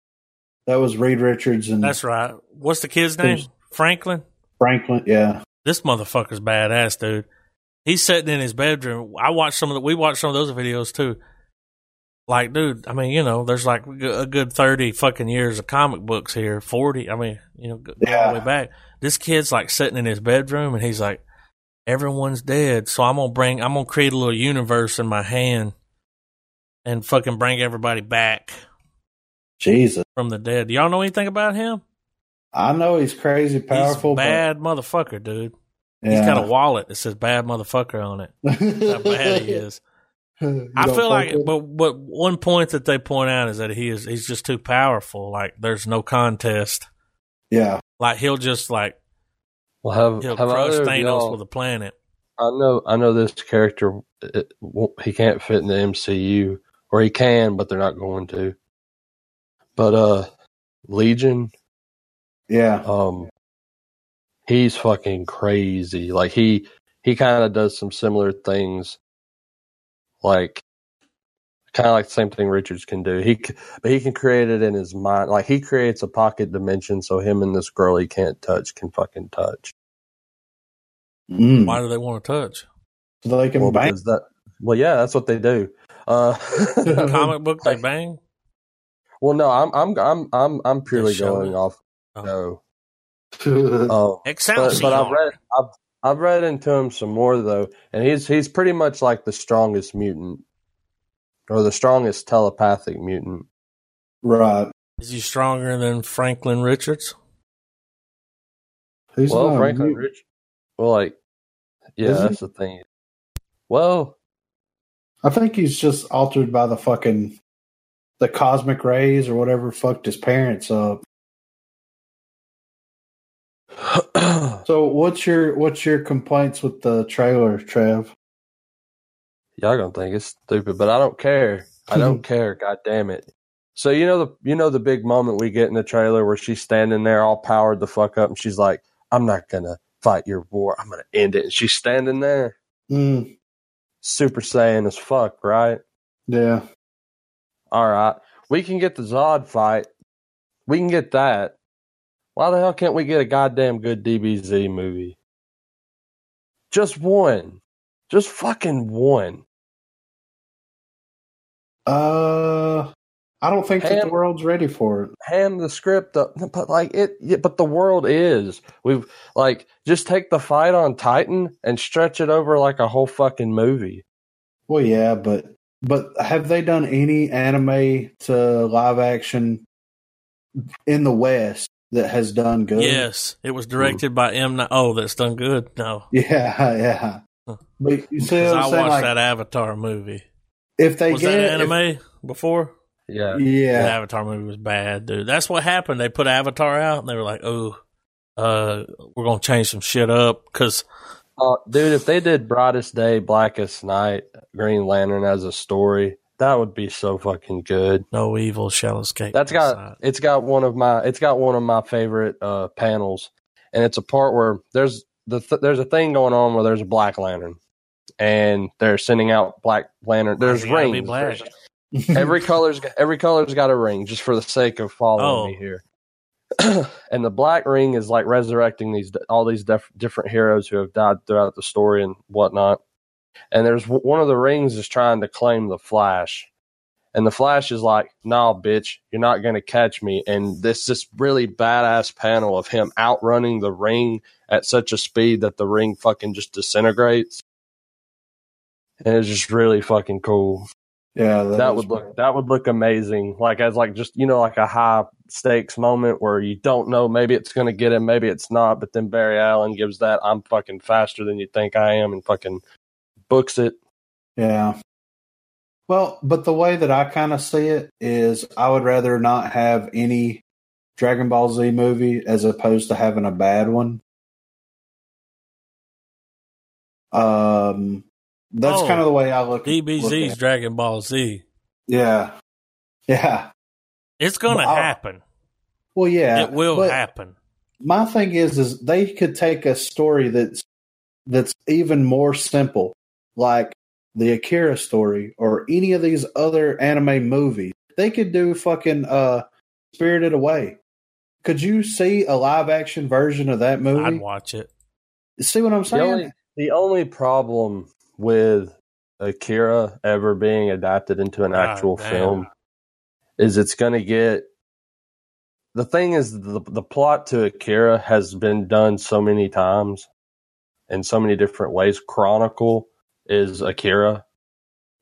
B: that was Reed Richards and
A: That's right. What's the kid's name?
B: hmm. Who's-
A: Franklin?
B: Franklin. Yeah,
A: This motherfucker's badass, dude. He's sitting in his bedroom. I watched some of the we watched some of those videos too. Like, dude, I mean, you know, there's like a good 30 fucking years of comic books here, 40. I mean, you know, go go all the
B: Yeah.
A: way back. This kid's like sitting in his bedroom and he's like, everyone's dead. So I'm going to bring, I'm going to create a little universe in my hand and fucking bring everybody back
B: Jesus.
A: from the dead. Do y'all know anything about him?
B: I know he's crazy powerful.
A: He's a bad motherfucker, dude.
B: But,
A: He's got a wallet that says bad motherfucker on it.
B: yeah.
A: how bad he is. I feel like, but but one point that they point out is that he is he's just too powerful. Like there's no contest.
B: yeah,
A: Like he'll just like
C: Well, have
A: he'll
C: have
A: crush
C: either of
A: Thanos
C: y'all-
A: with a planet.
C: I know, I know this character. It, won't- he can't fit in the MCU, or he can, but they're not going to. But uh, Legion,
B: yeah,
C: um, he's fucking crazy. Like he he kind of does some similar things, like kind of like the same thing Richards can do. He c- but he can create it in his mind. Like he creates a pocket dimension, so him and this girl he can't touch can fucking touch.
B: Mm.
A: Why do they want to touch
B: so they can
C: Well,
B: bang.
C: because that. Well, yeah, that's what they do. Uh,
A: comic book? They bang.
C: Well, no, I'm I'm I'm I'm I'm purely
A: show
C: going
A: it.
C: off.
A: Oh.
C: No,
B: yeah,
C: uh, but,
A: Excelsior.
C: but I've read I've I've read into him some more though, and he's he's pretty much like the strongest mutant, or the strongest telepathic mutant.
B: right.
A: Is he stronger than Franklin Richards?
B: Who's
C: well,
B: not a
C: Franklin
B: mutant?
C: Rich. Well, like, yeah,
B: Is he?
C: that's the thing. Well,
B: I think he's just altered by the fucking the cosmic rays or whatever fucked his parents up. So what's your what's your complaints with the trailer, Trev?
C: Y'all gonna think it's stupid, but I don't care. I don't care. God damn it. So you know the you know the big moment we get in the trailer where she's standing there all powered the fuck up and she's like, I'm not gonna fight your war. I'm gonna end it. And she's standing there.
B: Mm,
C: Super Saiyan as fuck, right?
B: yeah.
C: All right. We can get the Zod fight. We can get that. Why the hell can't we get a goddamn good DBZ movie? Just one. Just fucking one.
B: Uh, I don't think that the
C: Ham-
B: world's ready for it.
C: Ham the script up, but like it, yeah, but the world is. We've like just take the fight on Titan and stretch it over like a whole fucking movie.
B: Well, yeah, but but have they done any anime to live action in the West that has done good?
A: Yes, it was directed by M. Night. Oh, that's done good. No,
B: Yeah, yeah.
A: Huh.
B: But you see,
A: because I
B: what I'm
A: watched
B: saying? Like,
A: that Avatar movie.
B: if they
A: Was
B: get
A: that
B: if-
A: anime before?
C: Yeah.
A: The
B: yeah,
A: Avatar movie was bad, dude. That's what happened. They put Avatar out, and they were like, "Oh, uh, we're gonna change some shit up." Because
C: Uh, dude, if they did Brightest Day, Blackest Night, Green Lantern as a story, that would be so fucking good.
A: no evil shall escape.
C: That's
A: my
C: got
A: sight.
C: it's got one of my it's got one of my favorite uh, panels, and it's a part where there's the th- there's a thing going on where there's a Black Lantern, and they're sending out Black Lantern. There's
A: You gotta be
C: rings.
A: black.
C: There's- every color's got- every color's got a ring. Just for the sake of following
A: Oh.
C: me here, and the black ring is like resurrecting these all these def- different heroes who have died throughout the story and whatnot. And there's w- one of the rings is trying to claim the Flash, and the Flash is like, "Nah, bitch, you're not gonna catch me." And this this really badass panel of him outrunning the ring at such a speed that the ring fucking just disintegrates. And it's just really fucking cool
B: yeah.
C: that
B: is-
C: would look that would look amazing like as like just you know like a high stakes moment where you don't know maybe it's going to get him maybe it's not but then barry allen gives that i'm fucking faster than you think i am and fucking books it
B: Yeah. Well, but the way that I kind of see it is I would rather not have any Dragon Ball Z movie as opposed to having a bad one. Um that's
A: Oh,
B: kind of the way I look look
A: DBZ's
B: at it.
A: Dragon Ball Z.
B: Yeah. Yeah.
A: It's gonna
B: But I-
A: happen.
B: Well, yeah.
A: it will
B: but
A: happen.
B: My thing is is they could take a story that's that's even more simple, like the Akira story or any of these other anime movies. They could do fucking uh Spirited Away. Could you see a live action version of that
A: I'd
B: movie?
A: watch it.
B: See what I'm
C: the
B: saying?
C: only, the only problem with akira ever being adapted into an
A: God
C: actual
A: Ah, damn.
C: film is it's going to get the thing is the, the plot to akira has been done so many times in so many different ways chronicle is akira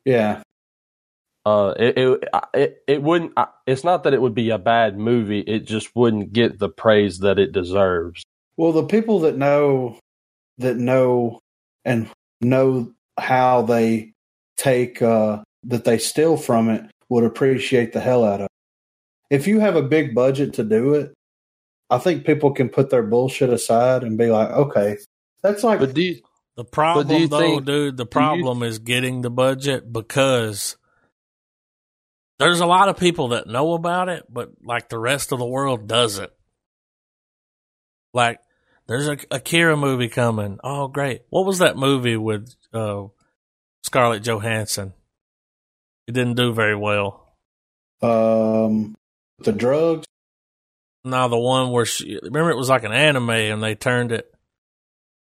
B: yeah.
C: uh it it, I- it, it wouldn't I, it's not that it would be a bad movie it just wouldn't get the praise that it deserves
B: Well, the people that know that know and know how they take uh that they steal from it would appreciate the hell out of it. If you have a big budget to do it, I think people can put their bullshit aside and be like, okay, that's like
C: but do you,
A: The problem,
C: you
A: though,
C: think-
A: dude, the problem is getting the budget because there's a lot of people that know about it, but like the rest of the world doesn't. Like, there's a Akira movie coming. Oh, great! What was that movie with uh, Scarlett Johansson? It didn't do very well.
B: um the drugs.
A: No, the one where she remember it was like an anime, and they turned it.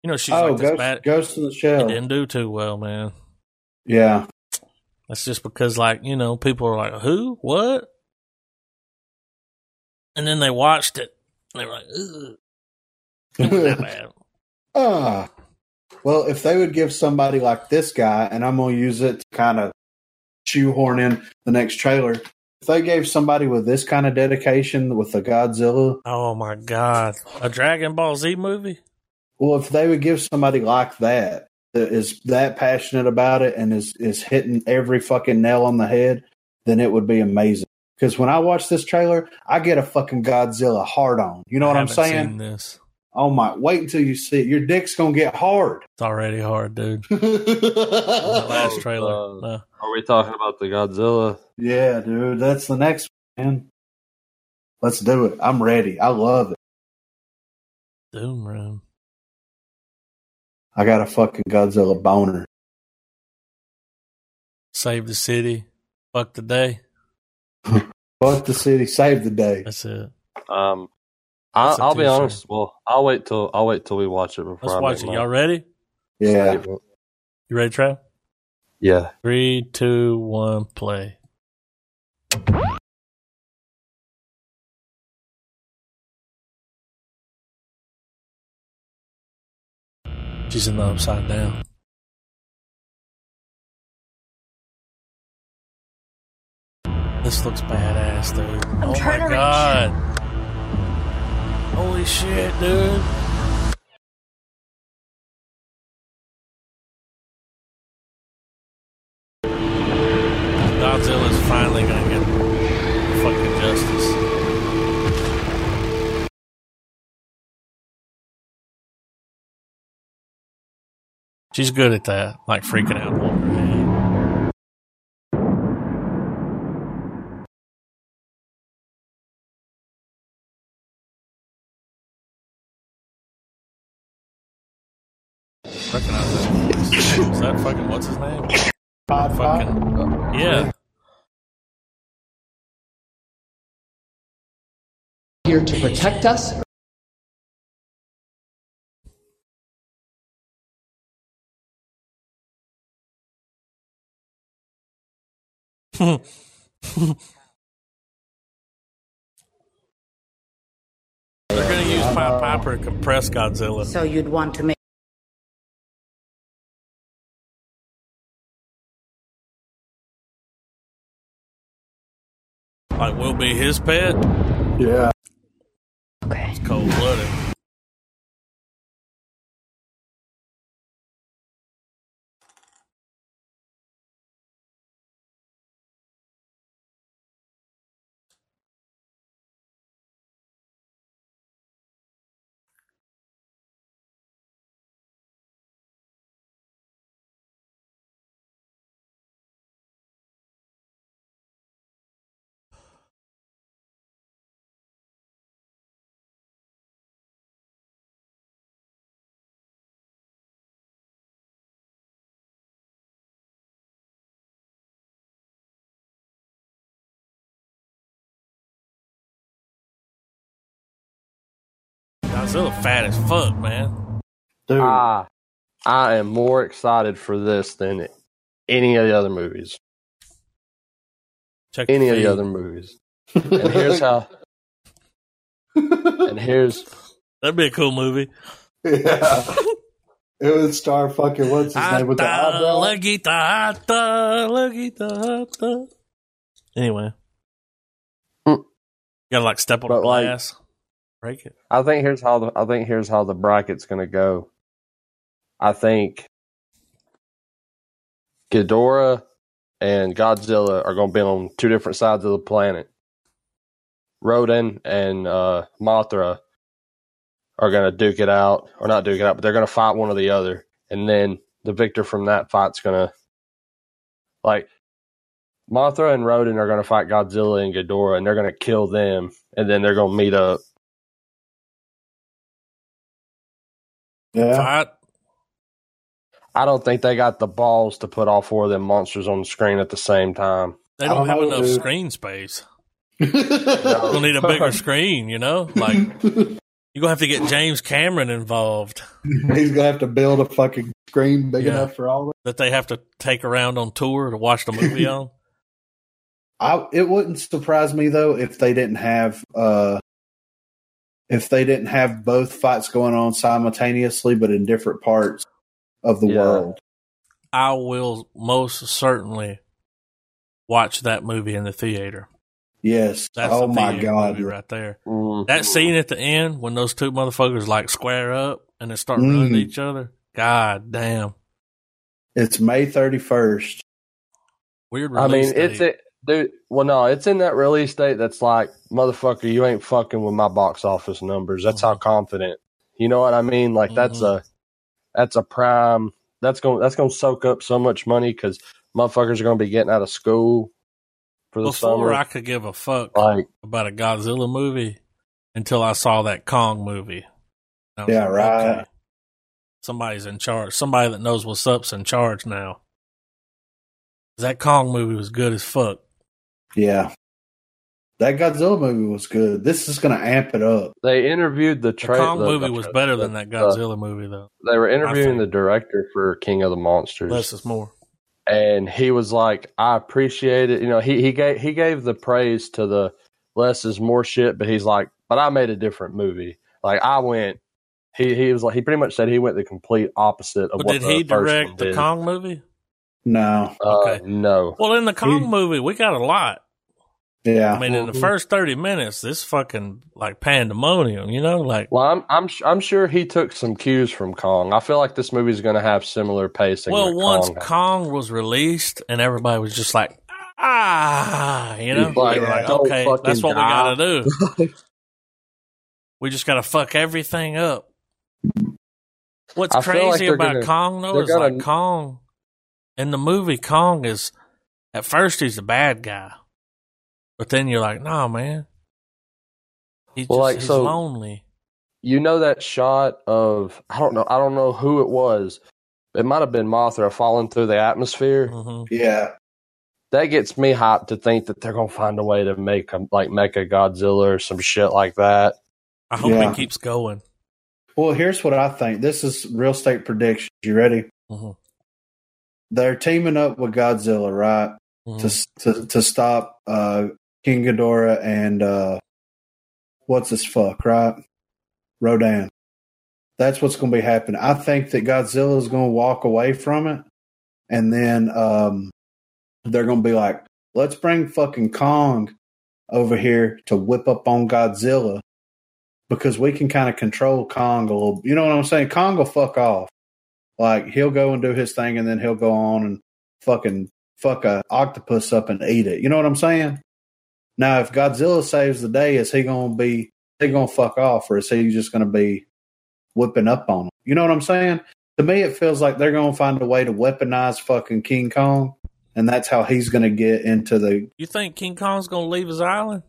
A: You know, she's
B: oh,
A: like this
B: ghost,
A: bad.
B: ghost in the
A: It
B: shell.
A: didn't do too well, man.
B: Yeah.
A: That's just because, like, you know, people are like, who? What? And then they watched it. And they were like, Ugh, it wasn't that bad.
B: Ah. Well, if they would give somebody like this guy, and I'm going to use it to kind of shoehorn in the next trailer, if they gave somebody with this kind of dedication with the Godzilla,
A: Oh, my God. A Dragon Ball Z movie?
B: well, if they would give somebody like that that is that passionate about it and is, is hitting every fucking nail on the head, then it would be amazing. Because when I watch this trailer, I get a fucking Godzilla hard on. You know what
A: I
B: I'm
A: haven't
B: saying?
A: Seen this.
B: Oh my! Wait until you see it. Your dick's gonna get hard.
A: It's already hard, dude. That last trailer.
C: Uh,
A: No.
C: Are we talking about the Godzilla?
B: yeah, dude, that's the next one, man. Let's do it. I'm ready. I love it.
A: Doom Room.
B: I got a fucking Godzilla boner.
A: Save the city. Fuck the day.
B: Fuck the city, save the day.
A: That's it.
C: Um, I,
A: That's a
C: I'll be
A: teaser.
C: honest. Well, I'll wait till I'll wait till we watch it before.
A: Let's
C: I
A: watch it.
C: make
A: Y'all
C: my
A: ready?
B: Yeah,
C: statement.
A: You ready, Trav?
C: Yeah.
A: Three, two, one, play. She's in the upside down. This looks badass, dude. oh my
D: trying to reach.
A: god. Holy shit, dude. Godzilla's finally gonna get fucking justice. She's good at that, like freaking out. Wolverine. Recognize that. Is that fucking what's his name?
B: Pod Pod?
A: Fucking yeah.
F: here to protect us
A: They're gonna use Pied Piper to compress Godzilla.
D: So you'd want to make.
A: Like we'll be his pet.
B: yeah.
D: Okay.
A: Cold blooded. Godzilla fat as fuck, man.
B: Dude,
C: I, I am more excited for this than any of the other movies.
A: Check
C: Any of
A: feed.
C: the other movies. And here's how. and here's
A: That'd be a cool movie.
B: yeah. It would star fucking what's his name with the
A: Hata,
B: eyebrow.
A: lagita, hata, lagita, hata. Anyway.
C: Hmm.
A: You gotta like step on the
C: But, like-
A: glass. Break it.
C: I think here's how the I think here's how the bracket's gonna go. I think Ghidorah and Godzilla are gonna be on two different sides of the planet. Rodan and uh, Mothra are gonna duke it out, or not duke it out, but they're gonna fight one or the other, and then the victor from that fight's gonna like Mothra and Rodan are gonna fight Godzilla and Ghidorah, and they're gonna kill them, and then they're gonna meet up.
B: Yeah.
A: Fight.
C: I don't think they got the balls to put all four of them monsters on the screen at the same time.
A: They
B: I
A: don't
B: don't
A: have
B: know,
A: enough
B: dude.
A: screen space. We'll need a bigger screen, you know? Like you're gonna have to get James Cameron involved.
B: He's gonna have to build a fucking screen big
A: Yeah.
B: enough for all of it.
A: that they have to take around on tour to watch the movie on.
B: I it wouldn't surprise me though if they didn't have uh if they didn't have both fights going on simultaneously but in different parts of the
C: Yeah.
B: world.
A: I will most certainly watch that movie in the theater.
B: Yes.
A: That's
B: oh
A: a
B: my
A: theater
B: god.
A: movie right there. That scene at the end when those two motherfuckers like square up and they start running
B: Mm.
A: each other. God damn.
B: It's May thirty first.
A: Weird
C: I
A: release
C: mean, it's it, dude. Well, no, it's in that release date that's like, motherfucker, you ain't fucking with my box office numbers. That's how confident You know what I mean? Like that's
A: Mhm.
C: a that's a prime. That's going that's going to soak up so much money because motherfuckers are going to be getting out of school for the
A: Before
C: summer.
A: I could give a fuck
C: like
A: about a Godzilla movie until I saw that Kong movie. I was
B: Yeah, right.
A: Somebody's in charge. Somebody that knows what's up's in charge now. That Kong movie was good as fuck.
B: Yeah. That Godzilla movie was good. This is going to amp it up.
C: they interviewed the,
A: The
C: tra-
A: Kong
C: the-
A: movie
C: the-
A: was better than that
C: the-
A: Godzilla movie, though.
C: they were
A: think.
C: interviewing the director for King of the Monsters.
A: Less is more.
C: and he was like, "I appreciate it." You know, he he gave he gave the praise to the less is more shit, but he's like, "But I made a different movie. Like I went." He he was like he pretty much said he went the complete opposite of
A: But
C: what
A: did
C: the
A: he
C: first
A: direct
C: one
A: the
C: did.
A: Kong movie?
B: No.
C: Uh,
A: Okay.
C: No,
A: Well, in the Kong
B: He-
A: movie, we got a lot. I
B: Yeah.
A: mean, in the
C: Mhm.
A: first thirty minutes, this fucking like pandemonium. You know, like
C: well, I'm I'm su- I'm sure he took some cues from Kong. I feel like this movie's going to have similar pacing.
A: well,
C: that
A: once
C: Kong had.
A: Kong was released, and everybody was just like, ah, you know,
C: Like,
A: They were like,
C: don't
A: okay,
C: fucking
A: that's what
C: die.
A: we gotta do. we just gotta fuck everything up. What's
C: I feel like
A: crazy
C: they're
A: about
C: gonna-
A: Kong though
C: they're
A: is
C: gonna-
A: like Kong in the movie. Kong is at first he's the bad guy, but then you're like, nah, man, he's
C: Well,
A: just
C: like,
A: he's
C: so-
A: lonely.
C: you know that shot of I don't know I don't know who it was. It might have been Mothra falling through the atmosphere.
A: Mhm.
B: Yeah.
C: that gets me hyped to think that they're gonna find a way to make a, like Mecha Godzilla or some shit like that.
A: I hope
B: Yeah.
A: it keeps going.
B: Well, here's what I think. This is real estate predictions. You ready?
A: Mhm.
B: They're teaming up with Godzilla, right?
A: Mhm.
B: To, to to stop uh King Ghidorah and uh what's his fuck, right? Rodan. That's what's going to be happening. I think that Godzilla is going to walk away from it and then um they're going to be like, "Let's bring fucking Kong over here to whip up on Godzilla." because we can kind of control Kong a little. You know what I'm saying? Kong will fuck off. Like he'll go and do his thing, and then he'll go on and fucking fuck a octopus up and eat it. You know what I'm saying? Now, if Godzilla saves the day, is he gonna be is he gonna fuck off, or is he just gonna be whipping up on him? You know what I'm saying? To me, it feels like they're gonna find a way to weaponize fucking King Kong, and that's how he's gonna get into the.
A: You think King Kong's gonna leave his island?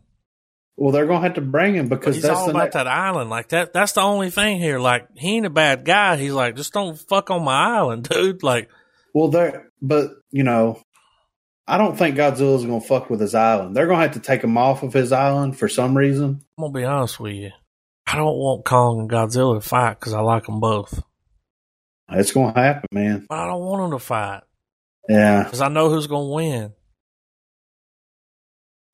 B: Well, they're gonna have to bring him
A: But
B: because
A: he's
B: that's
A: all
B: the
A: about
B: next-
A: that island. Like that that's the only thing here. Like he ain't a bad guy. He's like, just don't fuck on my island, dude. Like
B: Well, there, but you know, I don't think Godzilla's gonna fuck with his island. They're gonna have to take him off of his island for some reason.
A: I'm gonna be honest with you. I don't want Kong and Godzilla to fight because I like them both.
B: It's gonna happen, man.
A: But I don't want them to fight
B: Yeah,
A: because I know who's gonna win.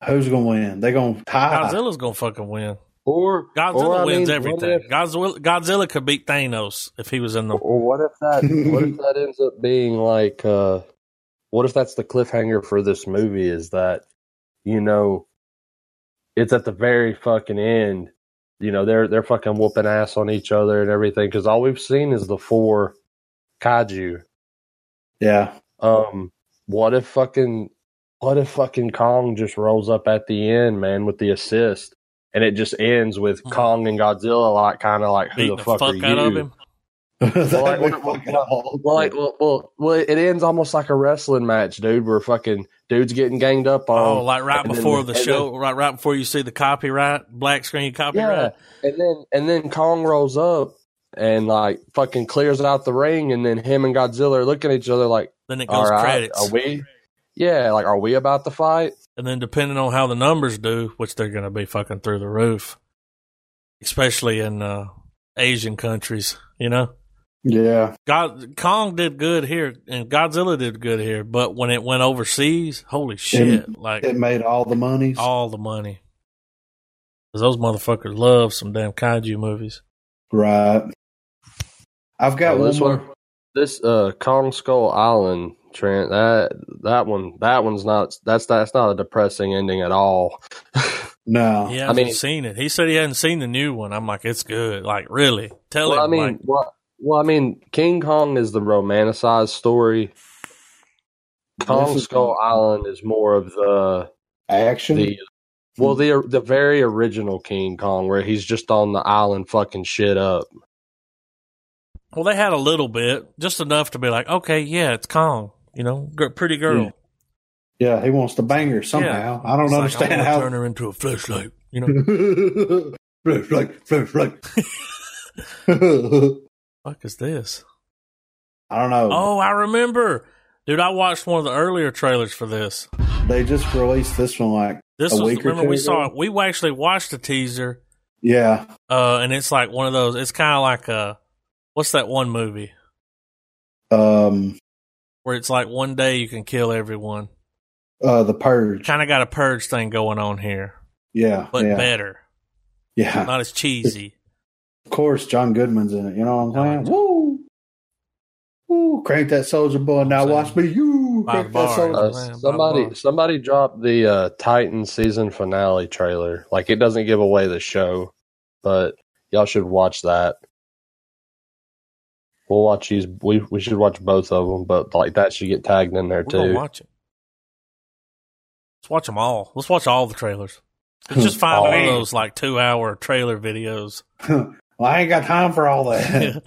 B: who's gonna win? They gonna tie?
A: Godzilla's gonna fucking win.
C: Or
A: Godzilla
C: or, I
A: wins
C: mean,
A: everything.
C: What if,
A: Godzilla, Godzilla could beat Thanos if he was in the.
C: or what if that what if that ends up being like uh what if that's the cliffhanger for this movie is that you know it's at the very fucking end you know they're they're fucking whooping ass on each other and everything because all we've seen is the four kaiju
B: Yeah,
C: Um, what if fucking what if fucking Kong just rolls up at the end, man, with the assist, and it just ends with
A: Hmm.
C: Kong and Godzilla like kind of like who
A: Beating
C: the, fuck, are
A: out
C: you?
A: of him.
B: That'd
C: like,
B: be
C: what-
B: fucking
C: what-
B: awful.
C: Well, like, well, well, well, it ends almost like a wrestling match, dude, where fucking dudes getting ganged up on.
A: Oh, like right
C: Um, and then-
A: before the
C: and
A: show, right right before you see the copyright black screen
C: yeah,
A: copyright.
C: and then and then Kong rolls up and like fucking clears out the ring, and then him and Godzilla are looking at each other like,
A: Then it
C: "All
A: goes
C: right,
A: credits.
C: are we? Yeah, like, are we about to fight?"
A: And then depending on how the numbers do, which they're going to be fucking through the roof, especially in uh, Asian countries, you know.
B: yeah,
A: God Kong did good here and Godzilla did good here, but when it went overseas, holy shit, like
B: it made all the monies.
A: all the money. 'Cause those motherfuckers love some damn kaiju movies.
B: Right. I've got
C: Well,
B: one
C: this
B: more.
C: one, this uh, Kong Skull Island, Trent. That that one, that one's not. That's that's not a depressing ending at all.
B: No.
A: He hasn't
C: mean-
A: seen it. He said he hadn't seen the new one. I'm like, it's good. Like, really? Tell
C: well,
A: him.
C: I mean,
A: like,
C: well, well, I mean, King Kong is the romanticized story. Kong
B: This is-
C: Skull Island is more of the
B: Action.
C: the well the the very original King Kong, where he's just on the island fucking shit up.
A: Well, they had a little bit, just enough to be like, okay, yeah, it's Kong. You know, gr- pretty girl.
B: Yeah. Yeah, he wants to bang her somehow. I don't
A: It's like,
B: understand
A: wanna
B: how.
A: turn her into a flashlight. You know,
B: Flash, light, flash, light. I
A: fuck is this?
B: don't know.
A: Oh, I remember, dude. I watched one of the earlier trailers for this.
B: They just released this one like
A: This
B: A
A: was
B: week or
A: remember we
B: two
A: saw it.
B: ago?
A: We actually watched the teaser,
B: yeah,
A: uh, and it's like one of those. It's kind of like uh, what's that one movie
B: um,
A: where it's like one day you can kill everyone.
B: uh, the purge.
A: Kind of got a purge thing going on here,
B: Yeah,
A: but
B: yeah,
A: better,
B: yeah.
A: not as cheesy.
B: Of course, John Goodman's in it. You know what I'm saying? Woo, woo! Crank that soldier boy. Now
A: So-
B: watch me, you.
A: By the
B: Crank that
A: bar.
B: soldier.
A: Uh, man,
C: Uh,
A: blah, blah.
C: somebody somebody dropped the uh, Titan season finale trailer. Like it doesn't give away the show, but y'all should watch that. We'll watch these. We we should watch both of them, but like that should get tagged in there
A: We're gonna
C: too.
A: watch it. Let's watch them all. Let's watch all the trailers.
B: Hmm.
A: Let's just find one of
C: All.
A: those like two hour trailer videos.
B: well, I ain't got time for all that.
A: no,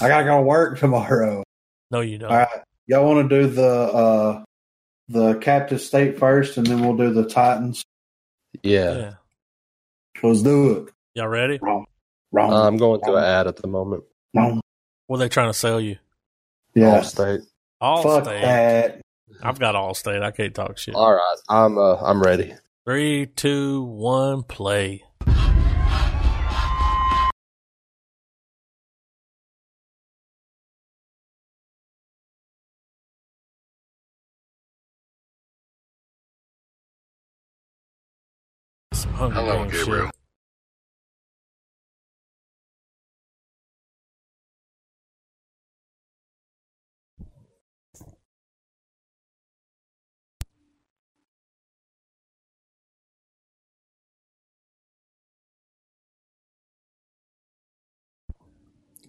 B: I gotta go to work tomorrow.
A: you don't.
B: All right, y'all want to do the uh the captive state first, and then we'll do the Titans.
C: Yeah,
A: Yeah.
B: Let's do it.
A: Y'all ready?
B: Wrong, wrong,
C: Uh, I'm going through an ad at the moment.
B: wrong.
A: What are they trying to sell you?
B: Yeah,
C: Allstate.
A: All
B: fuck
A: state.
B: that.
A: I've got all state. I can't talk shit.
C: All right, I'm uh, I'm ready.
A: Three, two, one, play. Some Hunger
G: Hello,
A: Games
G: Gabriel.
A: shit.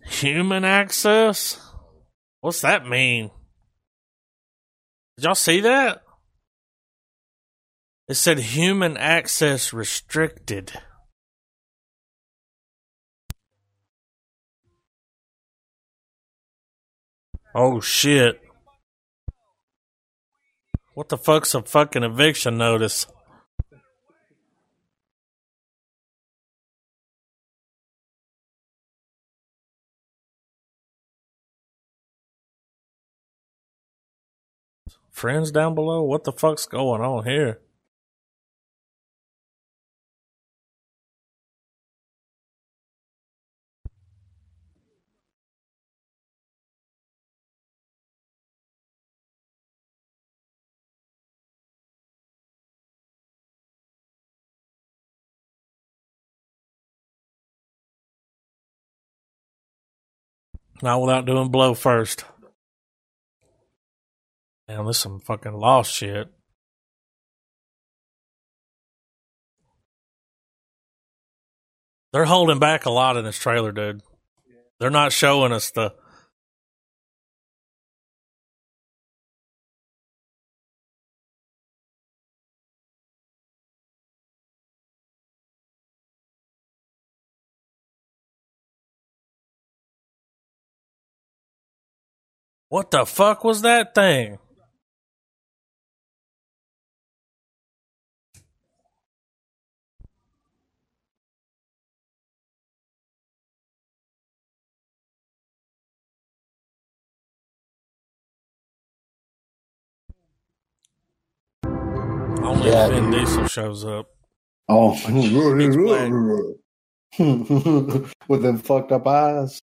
A: Human access? What's that mean? Did y'all see that? It said human access restricted. Oh shit. What the fuck's a fucking eviction notice? Friends down below, what the fuck's going on here? Not without doing blow first. Damn, this some fucking lost shit. They're holding back a lot in this trailer, dude. They're not showing us the. What the fuck was that thing? Only
C: Yeah,
A: if Vin
C: dude.
A: Diesel shows up.
B: Oh,
A: It's
B: with them fucked up eyes.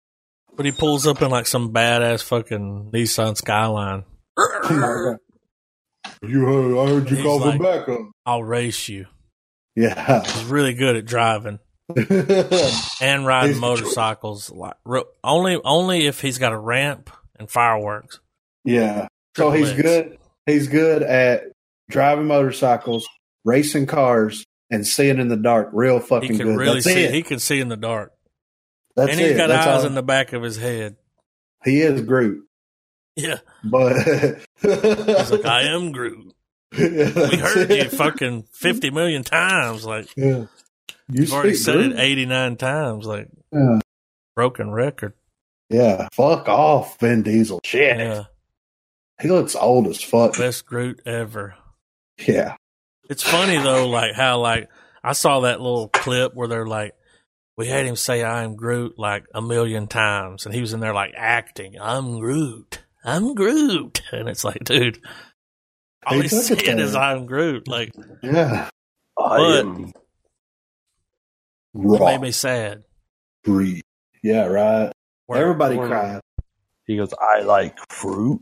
A: But he pulls up in like some badass fucking Nissan Skyline.
B: You heard? I heard
A: you He's call for like-
B: backup.
A: I'll race you.
B: Yeah,
A: He's really good at driving and riding motorcycles. Like ro- only, only if he's got a ramp and fireworks.
B: yeah. So
A: Triple
B: he's
A: X.
B: good. He's good at driving motorcycles, racing cars, and seeing in the dark. Real
A: He
B: fucking
A: can
B: good.
A: really
B: That's
A: see.
B: it.
A: He can see in the dark,
B: That's
A: and he's
B: it.
A: got
B: That's
A: eyes
B: all.
A: in the back of his head.
B: He is Groot,
A: Yeah,
B: but
A: he's like, I am Groot. We heard you fucking fifty million times. Like
B: Yeah. You
A: you've already
B: speak
A: said eh?
B: Groot.
A: it eighty nine times. Like
B: Yeah.
A: broken record.
B: Yeah, fuck off, Vin Diesel. Shit,
A: Yeah.
B: he looks old as fuck.
A: Best Groot ever.
B: Yeah,
A: It's funny though, like how like I saw that little clip where they're like, we had him say "I am Groot" like a million times, and he was in there like acting, "I'm Groot, I'm Groot," and it's like, dude, all
B: He
A: he's
B: took it
A: saying is
B: there.
A: "I'm Groot." Like it
B: yeah.
C: I
A: But-
C: am
B: Raw
A: made me sad.
B: breed. Yeah, right.
A: Word.
B: Everybody
C: Word.
B: cried.
C: He goes, I like fruit.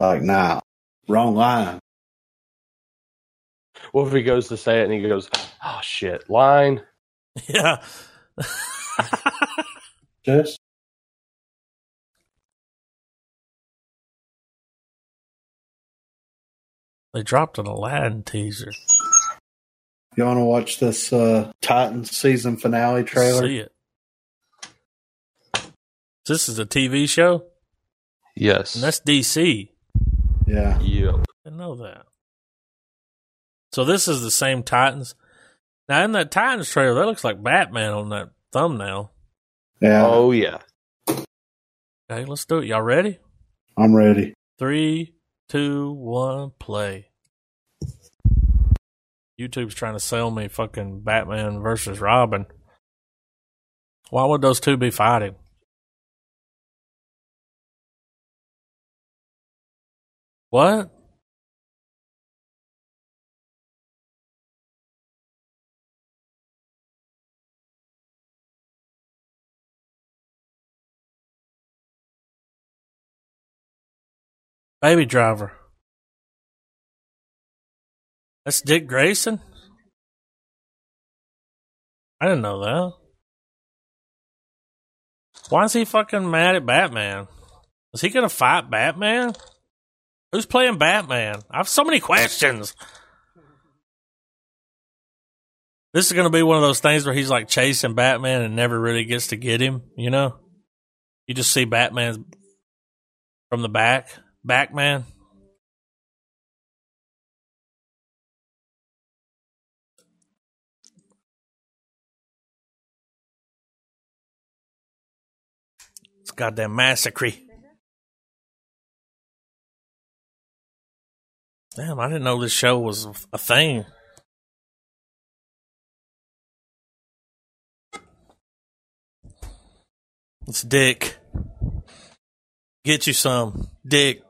B: Like, nah, wrong line.
C: What if he goes to say it and he goes, oh shit, line?
A: Yeah.
B: Just
A: they dropped an Aladdin teaser.
B: you want to watch this uh Titans season finale trailer?
A: See it. This is a TV show,
C: Yes.
A: and that's DC.
B: Yeah,
C: Yep.
A: Didn't know that. So this is the same Titans. Now in that Titans trailer, that looks like Batman on that thumbnail.
B: yeah.
C: Oh yeah.
A: Okay, let's do it. Y'all ready?
B: I'm ready.
A: Three, two, one, play. YouTube's trying to sell me fucking Batman versus Robin. Why would those two be fighting? What? Baby Driver. That's Dick Grayson? I didn't know that. Why is he fucking mad at Batman? Is he gonna fight Batman? Who's playing Batman? I have so many questions. This is gonna be one of those things where he's like chasing Batman and never really gets to get him, you know? You just see Batman's from the back. Backman. It's goddamn massacre. Damn, I didn't know this show was a thing. It's Dick. Get you some, Dick.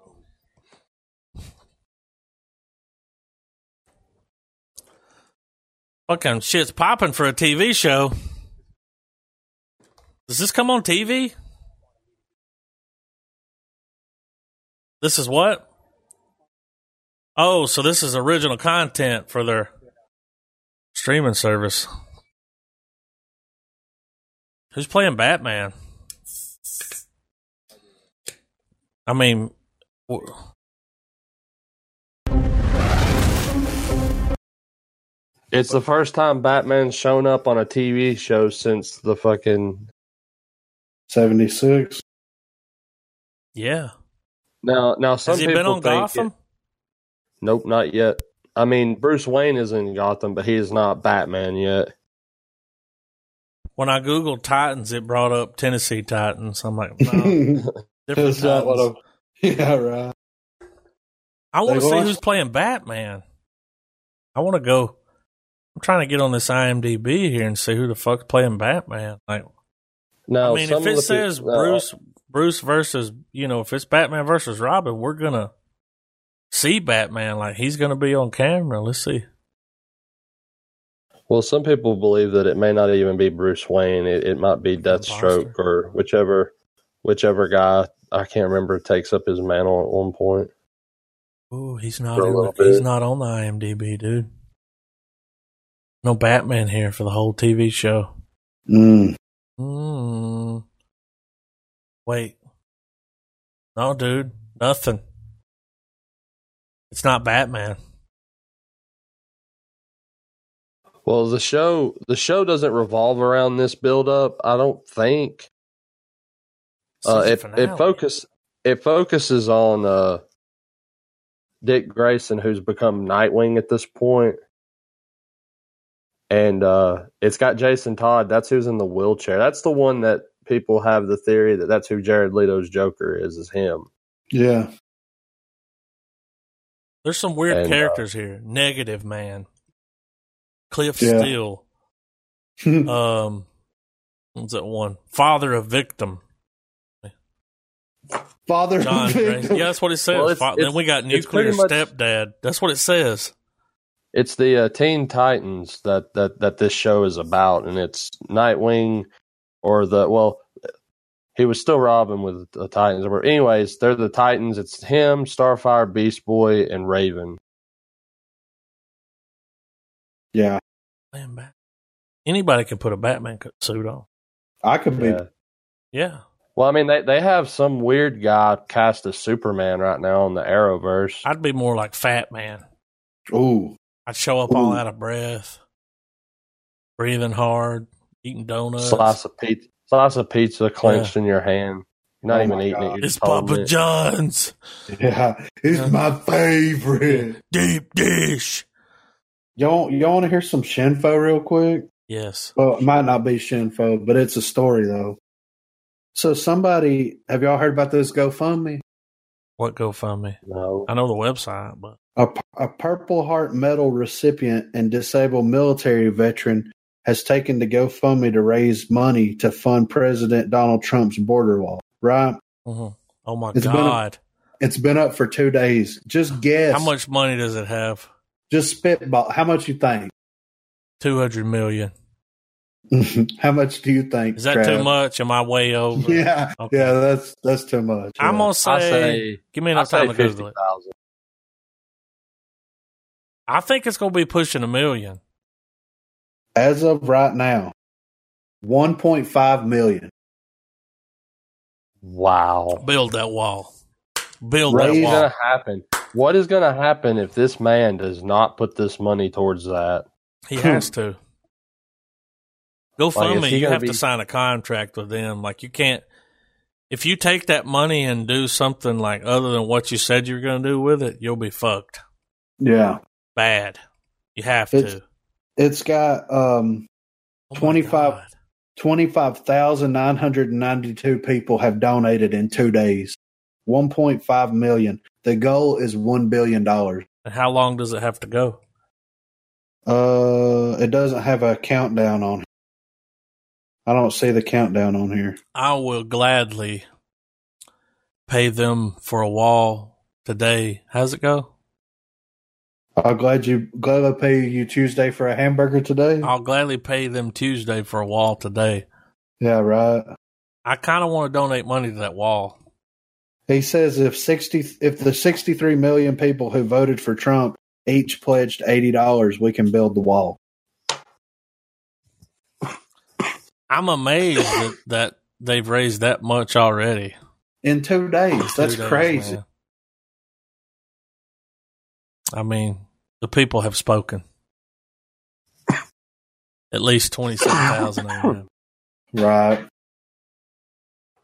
A: Fucking shit's popping for a TV show. Does this come on TV? This is what? Oh, so this is original content for their streaming service. Who's playing Batman? I mean, w-
C: It's the first time Batman's shown up on a TV show since the fucking.
B: Seventy six.
A: yeah.
C: Now, now some
A: Has he
C: people
A: been on
C: think
A: Gotham?
C: it- nope, not yet. I mean, Bruce Wayne is in Gotham, but he is not Batman yet.
A: When I googled Titans, it brought up Tennessee Titans. I'm like, no, different
B: Is that what
A: Titans.
B: I'm- yeah, right.
A: I want
B: They
A: to see
B: lost-
A: who's playing Batman. I want to go. I'm trying to get on this IMDb here and see who the fuck's playing Batman. Like,
C: Now,
A: I mean,
C: some
A: if
C: of
A: it
C: the
A: says
C: peop- uh,
A: Bruce Bruce versus you know, if it's Batman versus Robin, we're gonna see Batman. Like he's gonna be on camera. Let's see.
C: well, some people believe that it may not even be Bruce Wayne. It, it might be Deathstroke
A: Imposter.
C: or whichever, whichever guy I can't remember takes up his mantle at one point.
A: Ooh, he's not.
C: For a
A: In,
C: little
A: he's
C: bit.
A: not on the IMDb, dude. No Batman here for the whole TV show.
B: Mm.
A: Hmm. Wait. No, dude. Nothing. It's not Batman.
C: Well, the show the show doesn't revolve around this build up. I don't think. Uh,
A: Season
C: it
A: finale.
C: it focus it focuses on uh, Dick Grayson, who's become Nightwing at this point, and uh, it's got Jason Todd. That's who's in the wheelchair. That's the one that people have the theory that that's who Jared Leto's Joker is, is him.
B: Yeah.
A: There's some weird
C: And, uh,
A: characters here. Negative Man, Cliff
B: Yeah.
A: Steele. Um, what's that one? Father of Victim.
B: Father.
A: John. Gray.
B: victim.
A: Yeah, that's what it says.
C: Well, it's-
A: Fa-
C: it's-
A: then we got
C: it's
A: Nuclear
C: pretty much-
A: Stepdad. That's what it says.
C: It's the uh, Teen Titans that, that, that this show is about, and it's Nightwing or the, well, he was still Robin with the Titans. But anyways, they're the Titans. It's him, Starfire, Beast Boy, and Raven.
B: Yeah.
A: Man, Bat- Anybody can put a Batman co- suit on.
B: I could be.
C: Yeah.
A: Yeah.
C: Well, I mean, they, they have some weird guy cast as Superman right now on the Arrowverse.
A: I'd be more like Fat Man.
B: Ooh.
A: I'd show up all
B: Ooh.
A: out of breath, breathing hard, eating donuts.
C: slice of pizza, slice of pizza clenched in your hand. You're not
B: Oh
C: even
B: my
C: eating
B: God.
C: it. You're
A: It's
C: just holding
A: Papa
C: it.
A: John's
B: Yeah. It's
A: Yeah.
B: my favorite.
A: deep dish.
B: Y'all, y'all want to hear some Shinfo real quick?
A: Yes.
B: Well, it might not be Shinfo, but it's a story though. So somebody, have y'all heard about this GoFundMe?
A: What GoFundMe?
C: No.
A: I know the website, but
B: A, a Purple Heart Medal recipient and disabled military veteran has taken to GoFundMe to raise money to fund President Donald Trump's border wall. Right?
A: Mhm. oh my
B: It's been a-
A: God.
B: It's been up for two days. Just guess.
A: How much money does it have?
B: Just spitball. How much you think?
A: 200 million.
B: How much do you think?
A: Is that
B: Trav?
A: too much? Am I way over?
B: Yeah,
A: Okay.
B: yeah, that's that's too much.
A: I'm
B: yeah.
A: gonna
C: I
A: say,
C: say,
A: give me
C: I
A: enough time
C: say
A: to
C: fifty
A: Google it.
C: thousand.
A: I think it's gonna be pushing a million.
B: as of right now, 1.5 million.
C: Wow.
A: Build that wall. Build
C: What
A: that
C: is
B: Raise
A: wall.
C: going to happen? What is going to happen if this man does not put this money towards that?
A: He has to. GoFundMe,
C: Like, is he
A: you
C: gonna
A: have
C: be-
A: to sign a contract with them. Like you can't if you take that money and do something like other than what you said you were gonna do with it, you'll be fucked.
B: Yeah.
A: Bad. You have
B: It's-
A: to.
B: It's got um,
A: Oh my
B: 25
A: God.
B: 25,992 people have donated in two days. 1.5 million. The goal is $1 billion.
A: And how long does it have to go?
B: Uh, it doesn't have a countdown on. I don't see the countdown on here.
A: I will gladly pay them for a wall today. How's it go?
B: I'm Uh, glad you glad I paid you Tuesday for a hamburger today.
A: I'll gladly pay them Tuesday for a wall today.
B: Yeah, right.
A: I kind of want to donate money to that wall.
B: He says if sixty if the sixty three million people who voted for Trump each pledged eighty dollars, we can build the wall.
A: I'm amazed that, that they've raised that much already.
B: In two days.
A: Two
B: That's
A: days,
B: crazy.
A: man. I mean, the people have spoken. At least 26,000 of them.
B: Right.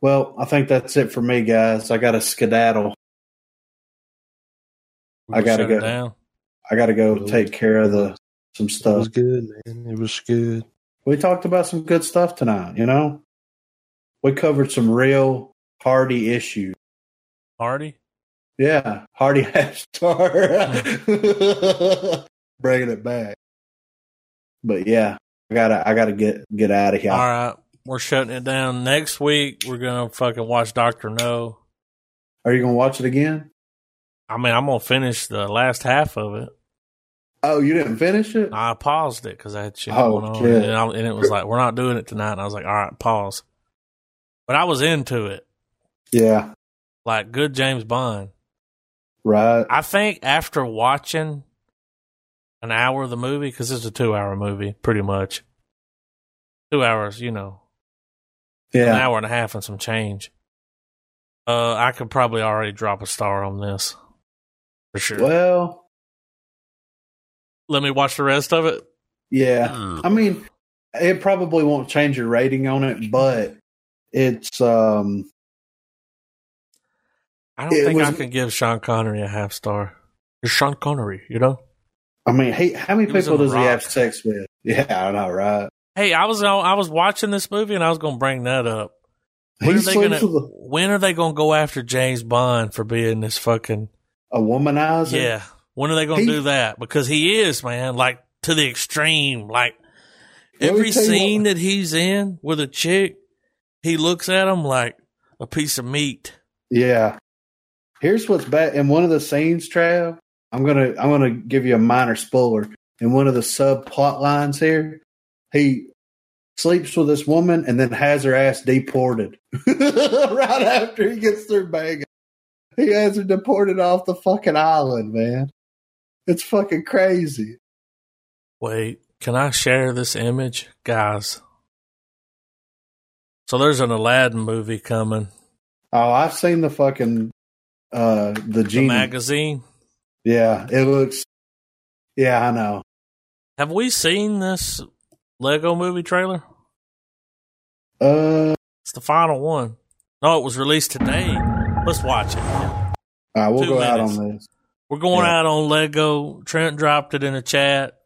B: Well, I think that's it for me, guys. I gotta skedaddle.
A: We
B: I
A: can
B: gotta
A: shut it
B: go.
A: down.
B: I gotta go take care of the some
C: It
B: stuff.
C: was good, man. It was good.
B: We talked about some good stuff tonight, you know? We covered some real hardy issues.
A: Party?
B: Yeah, Hardy half star. Bringing it back. But yeah, I gotta I gotta get get out of here.
A: All right. We're shutting it down. Next week, we're going to fucking watch Dr. No.
B: Are you gonna watch it again?
A: I mean, I'm going to finish the last half of it.
B: Oh, you didn't finish it?
A: I paused it because I had shit
B: Oh,
A: going on.
B: shit.
A: And, I, and it was like, we're not doing it tonight. And I was like, all right, pause. But I was into it.
B: yeah,
A: Like, good James Bond.
B: right.
A: I think after watching an hour of the movie, because it's a two hour movie, pretty much. Two hours, you know, an
B: Yeah.
A: hour and a half and some change. Uh, I could probably already drop a star on this for sure.
B: Well,
A: Let me watch the rest of it.
B: yeah. I mean, it probably won't change your rating on it, but it's um
A: I don't
B: It
A: think I
B: was-
A: can give Sean Connery a half star. It's Sean Connery, you know.
B: I mean, he how many
A: He was
B: people
A: on The
B: does he have
A: Rock.
B: sex with? Yeah, I know, right?
A: Hey, I was on- I was watching this movie and I was gonna bring that up. When are
B: He's
A: they gonna?
B: sleeps with a-
A: When are they gonna go after James Bond for being this fucking?
B: a womanizer.
A: Yeah. When are they gonna
B: He-
A: do that? Because he is man, like to the extreme. Like
B: Let me
A: every
B: tell you what-
A: scene that he's in with a chick, he looks at him like a piece of meat.
B: Yeah. Here's what's bad in one of the scenes, Trav. I'm gonna I'm gonna give you a minor spoiler. In one of the sub plot lines here, he sleeps with this woman and then has her ass deported. right after he gets through banging. He has her deported off the fucking island, man. It's fucking crazy.
A: Wait, can I share this image, guys? So there's an Aladdin movie coming.
B: Oh, I've seen the fucking uh the
A: The
B: genie.
A: magazine.
B: yeah, it looks Yeah, I know.
A: Have we seen this Lego movie trailer?
B: Uh
A: It's the final one. No, it was released today. Let's watch it.
B: all right, we'll
A: Two
B: go out
A: minutes.
B: on this.
A: We're going
B: Yeah.
A: out on Lego. Trent dropped it in the chat.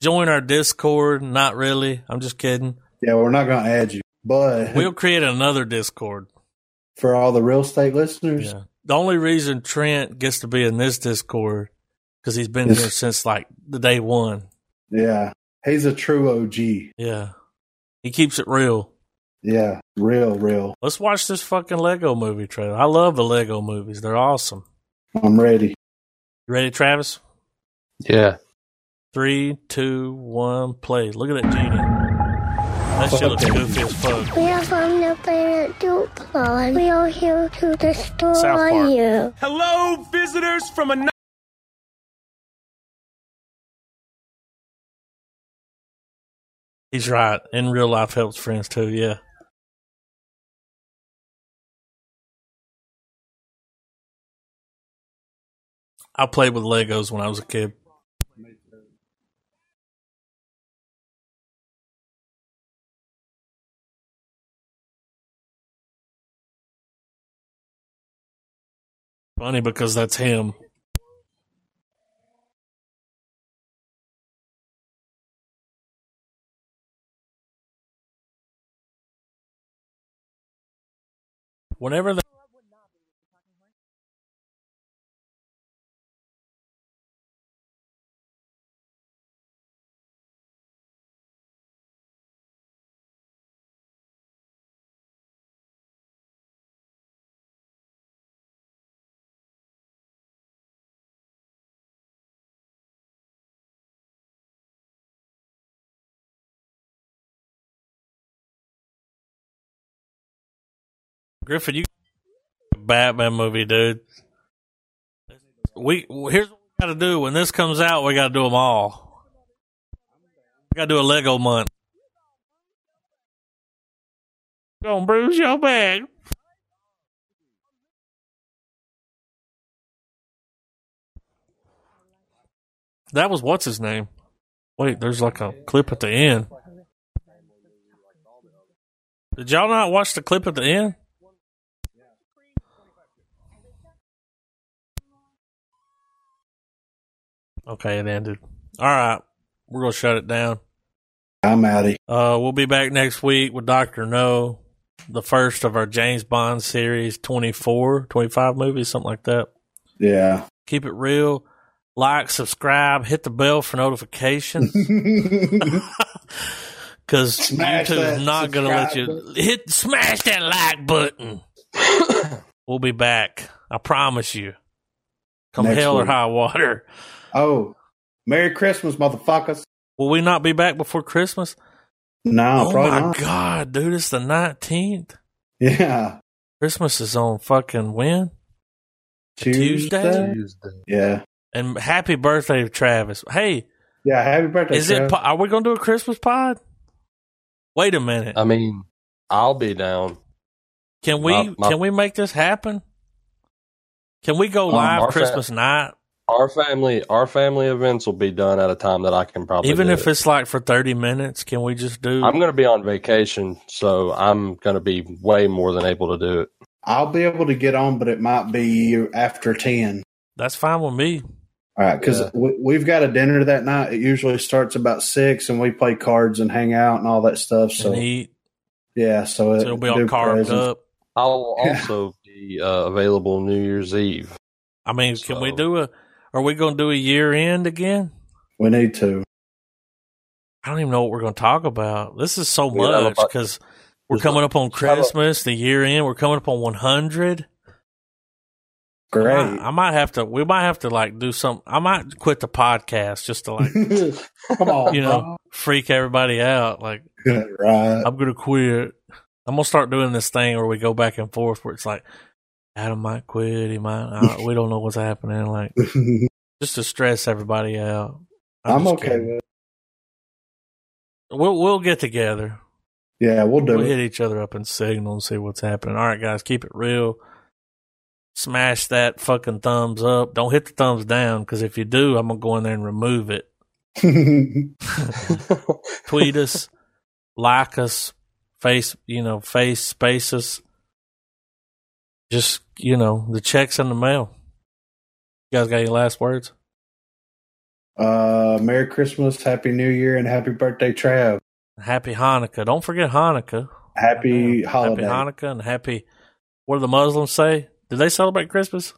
A: Join our Discord. Not really. I'm just kidding.
B: Yeah, we're not going to add you, but
A: We'll create another Discord.
B: for all the real estate listeners,
A: Yeah. The only reason Trent gets to be in this Discord because he's been
B: Yes.
A: here since like the day one.
B: yeah. he's a true OG.
A: Yeah. He keeps it real.
B: Yeah, real, real.
A: Let's watch this fucking Lego movie trailer. I love the Lego movies. They're awesome.
B: I'm ready.
A: You ready, Travis?
C: Yeah.
A: Three, two, one, play. Look at that genie. That shit looks goofy as fuck.
G: We are from the planet Duplo, and we are here to destroy
A: South Park.
G: you.
H: Hello, visitors from another.
A: He's right. In real life helps friends too, yeah. I played with Legos when I was a kid. Funny because that's him. Whenever the Griffin, you Batman movie, dude. We here's what we got to do when this comes out. We got to do them all. We got to do a Lego month. Gonna bruise your back. That was what's his name. Wait, there's like a clip at the end. Did y'all not watch the clip at the end? Okay, it ended. All right, we're gonna shut it down.
B: I'm out of here.
A: Uh, we'll be back next week with Doctor No, the first of our James Bond series, 24, 25 movies, something like that.
B: Yeah.
A: Keep it real. Like, subscribe, hit the bell for notifications. Because
B: Smash
A: YouTube's
B: that
A: not going to let you
B: subscribe
A: hit smash that like button. we'll be back. I promise you. Come
B: Next
A: hell or
B: week.
A: high water.
B: oh, Merry Christmas, motherfuckers.
A: Will we not be back before Christmas?
B: No,
A: oh
B: probably
A: my
B: not.
A: god, dude! It's the nineteenth.
B: Yeah.
A: Christmas is on fucking when? Tuesday?
C: Tuesday.
B: Yeah.
A: And happy birthday to Travis. Hey,
B: Yeah. Happy birthday.
A: is it?
B: Trav.
A: Po- are we gonna do a Christmas pod? Wait a minute.
C: I mean, I'll be down.
A: Can we
C: my- my-
A: can we make this happen? Can we go
C: Um,
A: live
C: our fa-
A: Christmas night?
C: Our family, our family events will be done at a time that I can probably.
A: Even
C: do
A: if
C: it.
A: it's like for thirty minutes, can we just do?
C: I'm going to be on vacation, so I'm going to be way more than able to do it.
B: I'll be able to get on, but it might be after 10.
A: That's fine with me.
B: All right. Because
C: Yeah.
B: we, we've got a dinner that night. It usually starts about six, and we play cards and hang out and all that stuff. So,
A: and eat.
B: Yeah, so,
A: So it'll be all
B: do
A: carved
B: presents.
A: up.
C: I will
B: Yeah.
C: also be uh, available New Year's Eve.
A: I mean, can we
C: So-
A: do a? Are we going to do a year end again?
B: We need to.
A: I don't even know what we're going to talk about. This is so
C: We have
A: much
C: about-
A: because we're
C: there's
A: coming up on
C: how about-
A: Christmas, the year end. We're coming up on 100.
B: Great.
A: I, I might have to. We might have to like do some. I might quit the podcast just to like
B: Come on,
A: you know freak everybody out. Like
B: bro. right?
A: I'm gonna quit. I'm gonna start doing this thing where we go back and forth where it's like Adam might quit. He might. I, we don't know what's happening. Like just to stress everybody out.
B: I'm
A: just
B: okay
A: kidding.
B: with. it.
A: We'll we'll get together.
B: Yeah, we'll do
A: We'll
B: it.
A: hit each other up and signal and see what's happening. All right, guys, keep it real. Smash that fucking thumbs up. Don't hit the thumbs down because if you do, I'm gonna go in there and remove it. Tweet us, like us, face you know face space us. Just you know the checks in the mail. You guys got any last words?
B: uh, Merry Christmas, Happy New Year, and Happy Birthday, Trav.
A: Happy Hanukkah! Don't forget Hanukkah.
B: Happy
A: Goddamn.
B: holiday.
A: Happy Hanukkah and happy. What do the Muslims say? Do they celebrate Christmas?